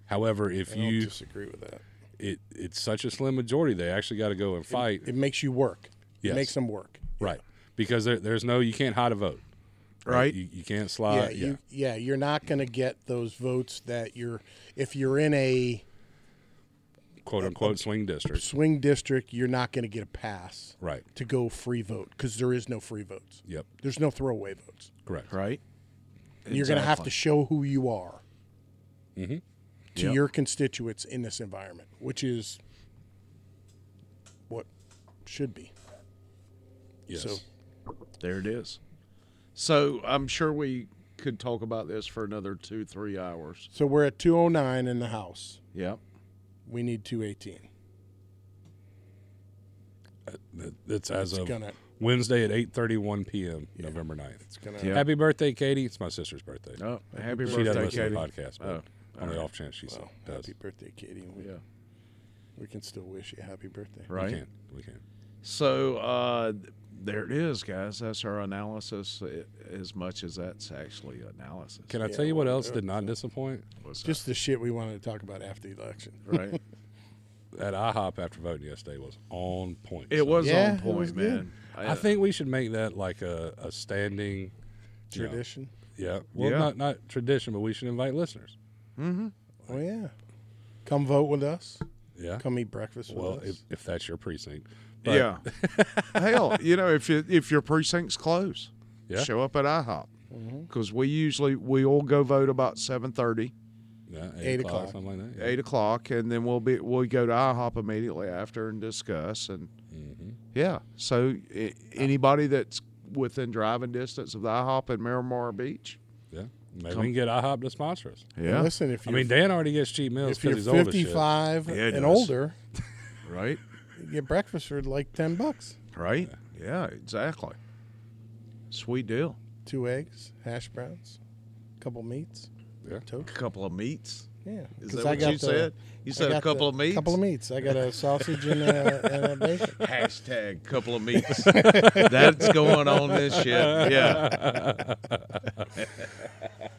However, if I don't you disagree with that. it it's such a slim majority. They actually got to go and fight, It makes you work. Yes. It makes them work. right? Because there, there's no you can't hide a vote, right? You, you can't slide. yeah, Uh, Yeah, You, yeah, you're not going to get those votes that you're if you're in a quote unquote swing district. swing district, you're not going to get a pass Right. to go free vote because there is no free votes. Yep. There's no throwaway votes. Correct. Right? And You're going to have to show who you are Mm-hmm. to Yep. your constituents in this environment, which is what should be. Yes. So- There it is. So I'm sure we could talk about this for another two, three hours. So we're at 209 in the House. Yep. We need 218. That- that's as It's of gonna- Wednesday at 8:31 p.m. November 9th. It's going to Yeah. Happy birthday, Katie! It's my sister's birthday. Oh, happy she birthday, doesn't listen to Katie. the podcast, but Oh, on the off chance she well, does, happy birthday, Katie. We, Yeah. we can still wish you a happy birthday. we Right. can. We can. So uh, there it is, guys. That's our analysis, i- as much as that's actually analysis. Can I Yeah, tell you what well, else did not disappoint? What's Just the shit we wanted to talk about after the election. that, right? That IHOP after voting yesterday was on point. It son. was Yeah, on it point, was good. man. I think we should make that like a, a standing you know, Tradition. yeah. Well, Yeah. not not tradition, but we should invite listeners. Oh, yeah. Come vote with us. Yeah. Come eat breakfast with well, us. if, if that's your precinct. But, yeah. Hell, you know, if you, if your precinct's close, Yeah. show up at IHOP Mm-hmm. because we usually we all go vote about 7.30 yeah, eight, Eight o'clock, o'clock. something like that. yeah. 8 o'clock and then we'll be we'll go to ihop immediately after and discuss and Mm-hmm. yeah so i anybody that's within driving distance of the ihop in miramar beach Yeah. Maybe we can get IHOP to sponsor us. And Listen, if I you mean, Dan already gets cheap meals if because you're he's old as shit. 55 Yeah, it does. and older, right you get breakfast for like 10 bucks. right yeah exactly sweet deal Two eggs, hash browns, couple meats, Yeah. a toast. couple of meats Yeah. is 'cause that I what got you the- said you I said a got the- couple of meats Couple of meats. I got a sausage and a, and a bacon. Hashtag couple of meats. That's going on this shit. Yeah.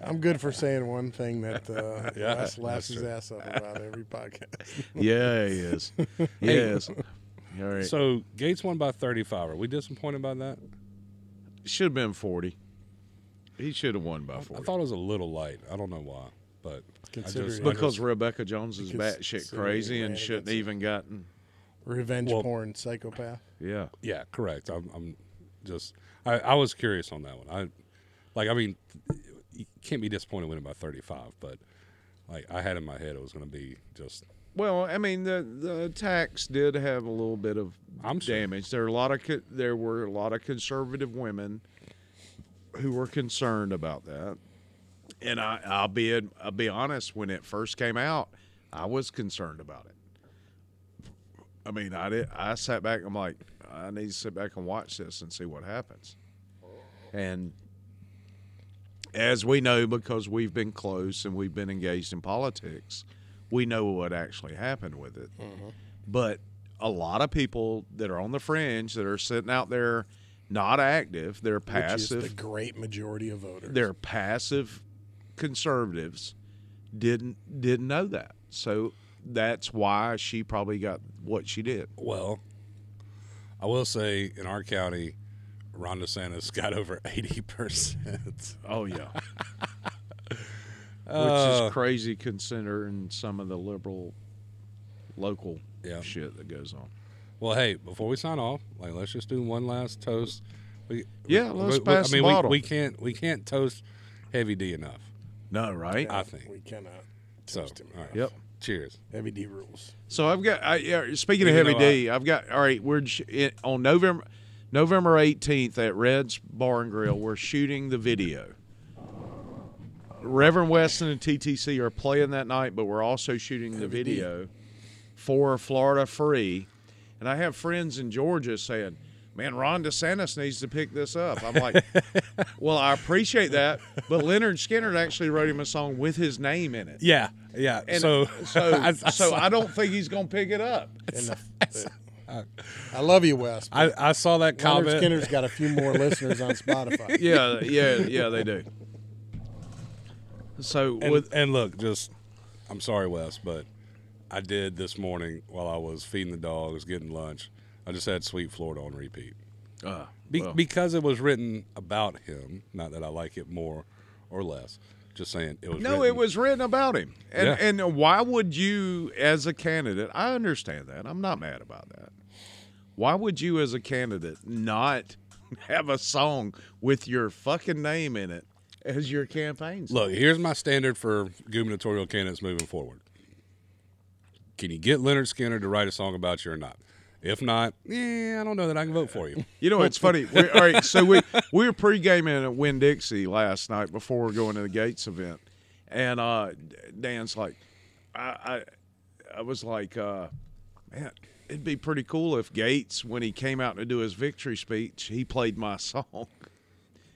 I'm good for saying one thing that uh, Yeah, Les laughs that's his ass up about every podcast. Yeah, he is. Yes. All right. So, So Gates won by 35. Are we disappointed by that? should have been 40. He should have won by 40. I thought it was a little light. I don't know why, but I Considering- just- I because Rebecca Jones is Because- batshit so crazy yeah, and that's shouldn't it. even gotten. Revenge Well- porn psychopath. Yeah. Yeah, correct. I'm, I'm just I, I was curious on that one. I like I mean you can't be disappointed winning by 35, but like I had in my head it was going to be just Well, I mean, the the attacks did have a little bit of I'm sure. damage. There are a lot of co- there were a lot of conservative women who were concerned about that, and I, I'll be I'll be honest. When it first came out, I was concerned about it. I mean, I did. I sat back. I'm like, I need to sit back and watch this and see what happens. And as we know, because we've been close and we've been engaged in politics, we know what actually happened with it. Mm-hmm. But a lot of people that are on the fringe, that are sitting out there, not active, they're Which is passive, the great majority of voters. they're passive conservatives, didn't didn't know that. So that's why she probably got what she did. well. I will say in our county, Ron DeSantis got over 80 percent. Oh yeah. Which Uh, is crazy considering some of the liberal local Yeah. shit that goes on. Well, hey, before we sign off, like let's just do one last toast. We, Yeah, let's pass I the mean, bottle. We, we can't we can't toast Heavy D enough. No, right? I think We cannot. so. him. all right. Yep. Cheers. Heavy D rules. So I've got. I, yeah, speaking of Even Heavy though I- D, have got. All right, we're sh- in, on November November eighteenth at Red's Bar and Grill. We're shooting the video. Reverend Weston and TTC are playing that night, but we're also shooting the Heavy D. video for Florida Free. And I have friends in Georgia saying, "Man, Ron DeSantis needs to pick this up." I'm like, "Well, I appreciate that, but Leonard Skinner actually wrote him a song with his name in it." Yeah, yeah. And so, so, I, I so saw- I don't think he's gonna pick it up. And the- I love you, Wes. but I, I saw that Leonard comment. Skinner's got a few more listeners on Spotify. yeah, yeah, yeah, they do. So and, with and look, just I'm sorry, Wes, but I did this morning while I was feeding the dogs, getting lunch. I just had Sweet Florida on repeat. Uh, Be- well, Because it was written about him, not that I like it more or less. Just saying, it was. no, written- it was written about him. And, Yeah. and why would you, as a candidate, I understand that. I'm not mad about that. Why would you, as a candidate, not have a song with your fucking name in it as your campaign song? Look, here's my standard for gubernatorial candidates moving forward. Can you get Leonard Skinner to write a song about you or not? If not, yeah, I don't know that I can vote for you. You know, it's funny. We, all right, so we we were pre-gaming at Win Dixie last night before we are going to the Gates event, and uh, Dan's like, I I, I was like, uh, man, it'd be pretty cool if Gates, when he came out to do his victory speech, he played my song,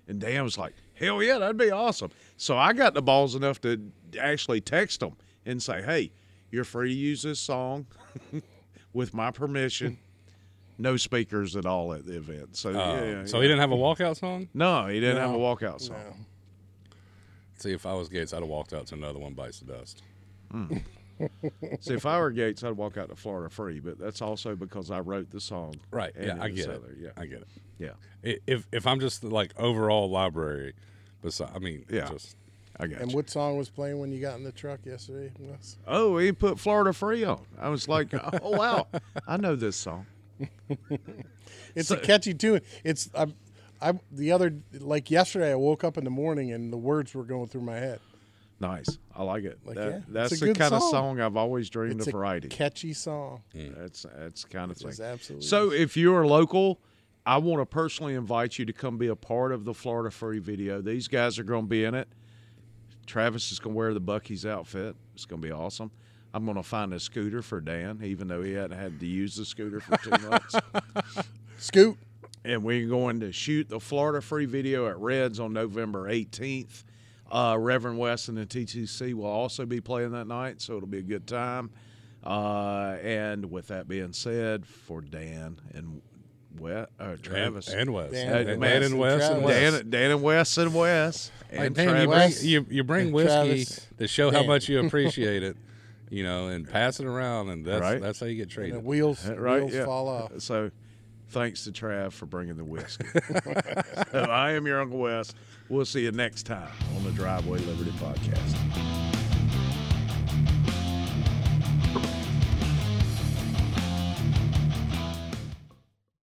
and Dan was like, hell yeah, that'd be awesome. So I got the balls enough to actually text him and say, hey, you're free to use this song with my permission. No speakers at all at the event. So Uh, yeah, so yeah. he didn't have a walkout song. No, he didn't have a No. walkout song. See, if I was Gates, I'd have walked out to another one bites the dust. See, if I were Gates, I'd walk out to Florida free, but that's also because I wrote the song. Right? and yeah, I is get it. out there. Yeah, I get it. Yeah, I- If if I'm just like overall library, besides, I mean, Yeah. just I got And you. what song was playing when you got in the truck yesterday? Wes? oh, he put Florida free on. I was like, oh wow, I know this song. It's a catchy tune. It's I, I the other like yesterday. I woke up in the morning and the words were going through my head. Nice, I like it. Like, That- yeah, it's that's a the good kind of song. song I've always dreamed It's of a writing. catchy song. That's that's the kind of is thing. absolutely So is. if you're local, I want to personally invite you to come be a part of the Florida Free video. These guys are going to be in it. Travis is going to wear the Bucky's outfit. It's going to be awesome. I'm going to find a scooter for Dan, even though he hadn't had to use the scooter for two months. Scoot. and we're going to shoot the Florida Free video at Reds on November 18th. Uh, Reverend Weston and TTC will also be playing that night, so it'll be a good time. Uh, and with that being said, for Dan and Wes, uh, Travis, and, and Wes, Dan and, and Dan Wes and and Travis. Wes, and Wes. Dan, Dan and Wes and Wes Like, and damn, you Travis. bring, Travis you, you bring and whiskey Travis to show how Dan. much you appreciate it, you know, and pass it around, and that's Right. that's how you get And the traded. wheels, right? wheels yeah. fall off. So, thanks to Trav for bringing the whiskey. so I am your Uncle Wes. We'll see you next time on the Driveway Liberty Podcast.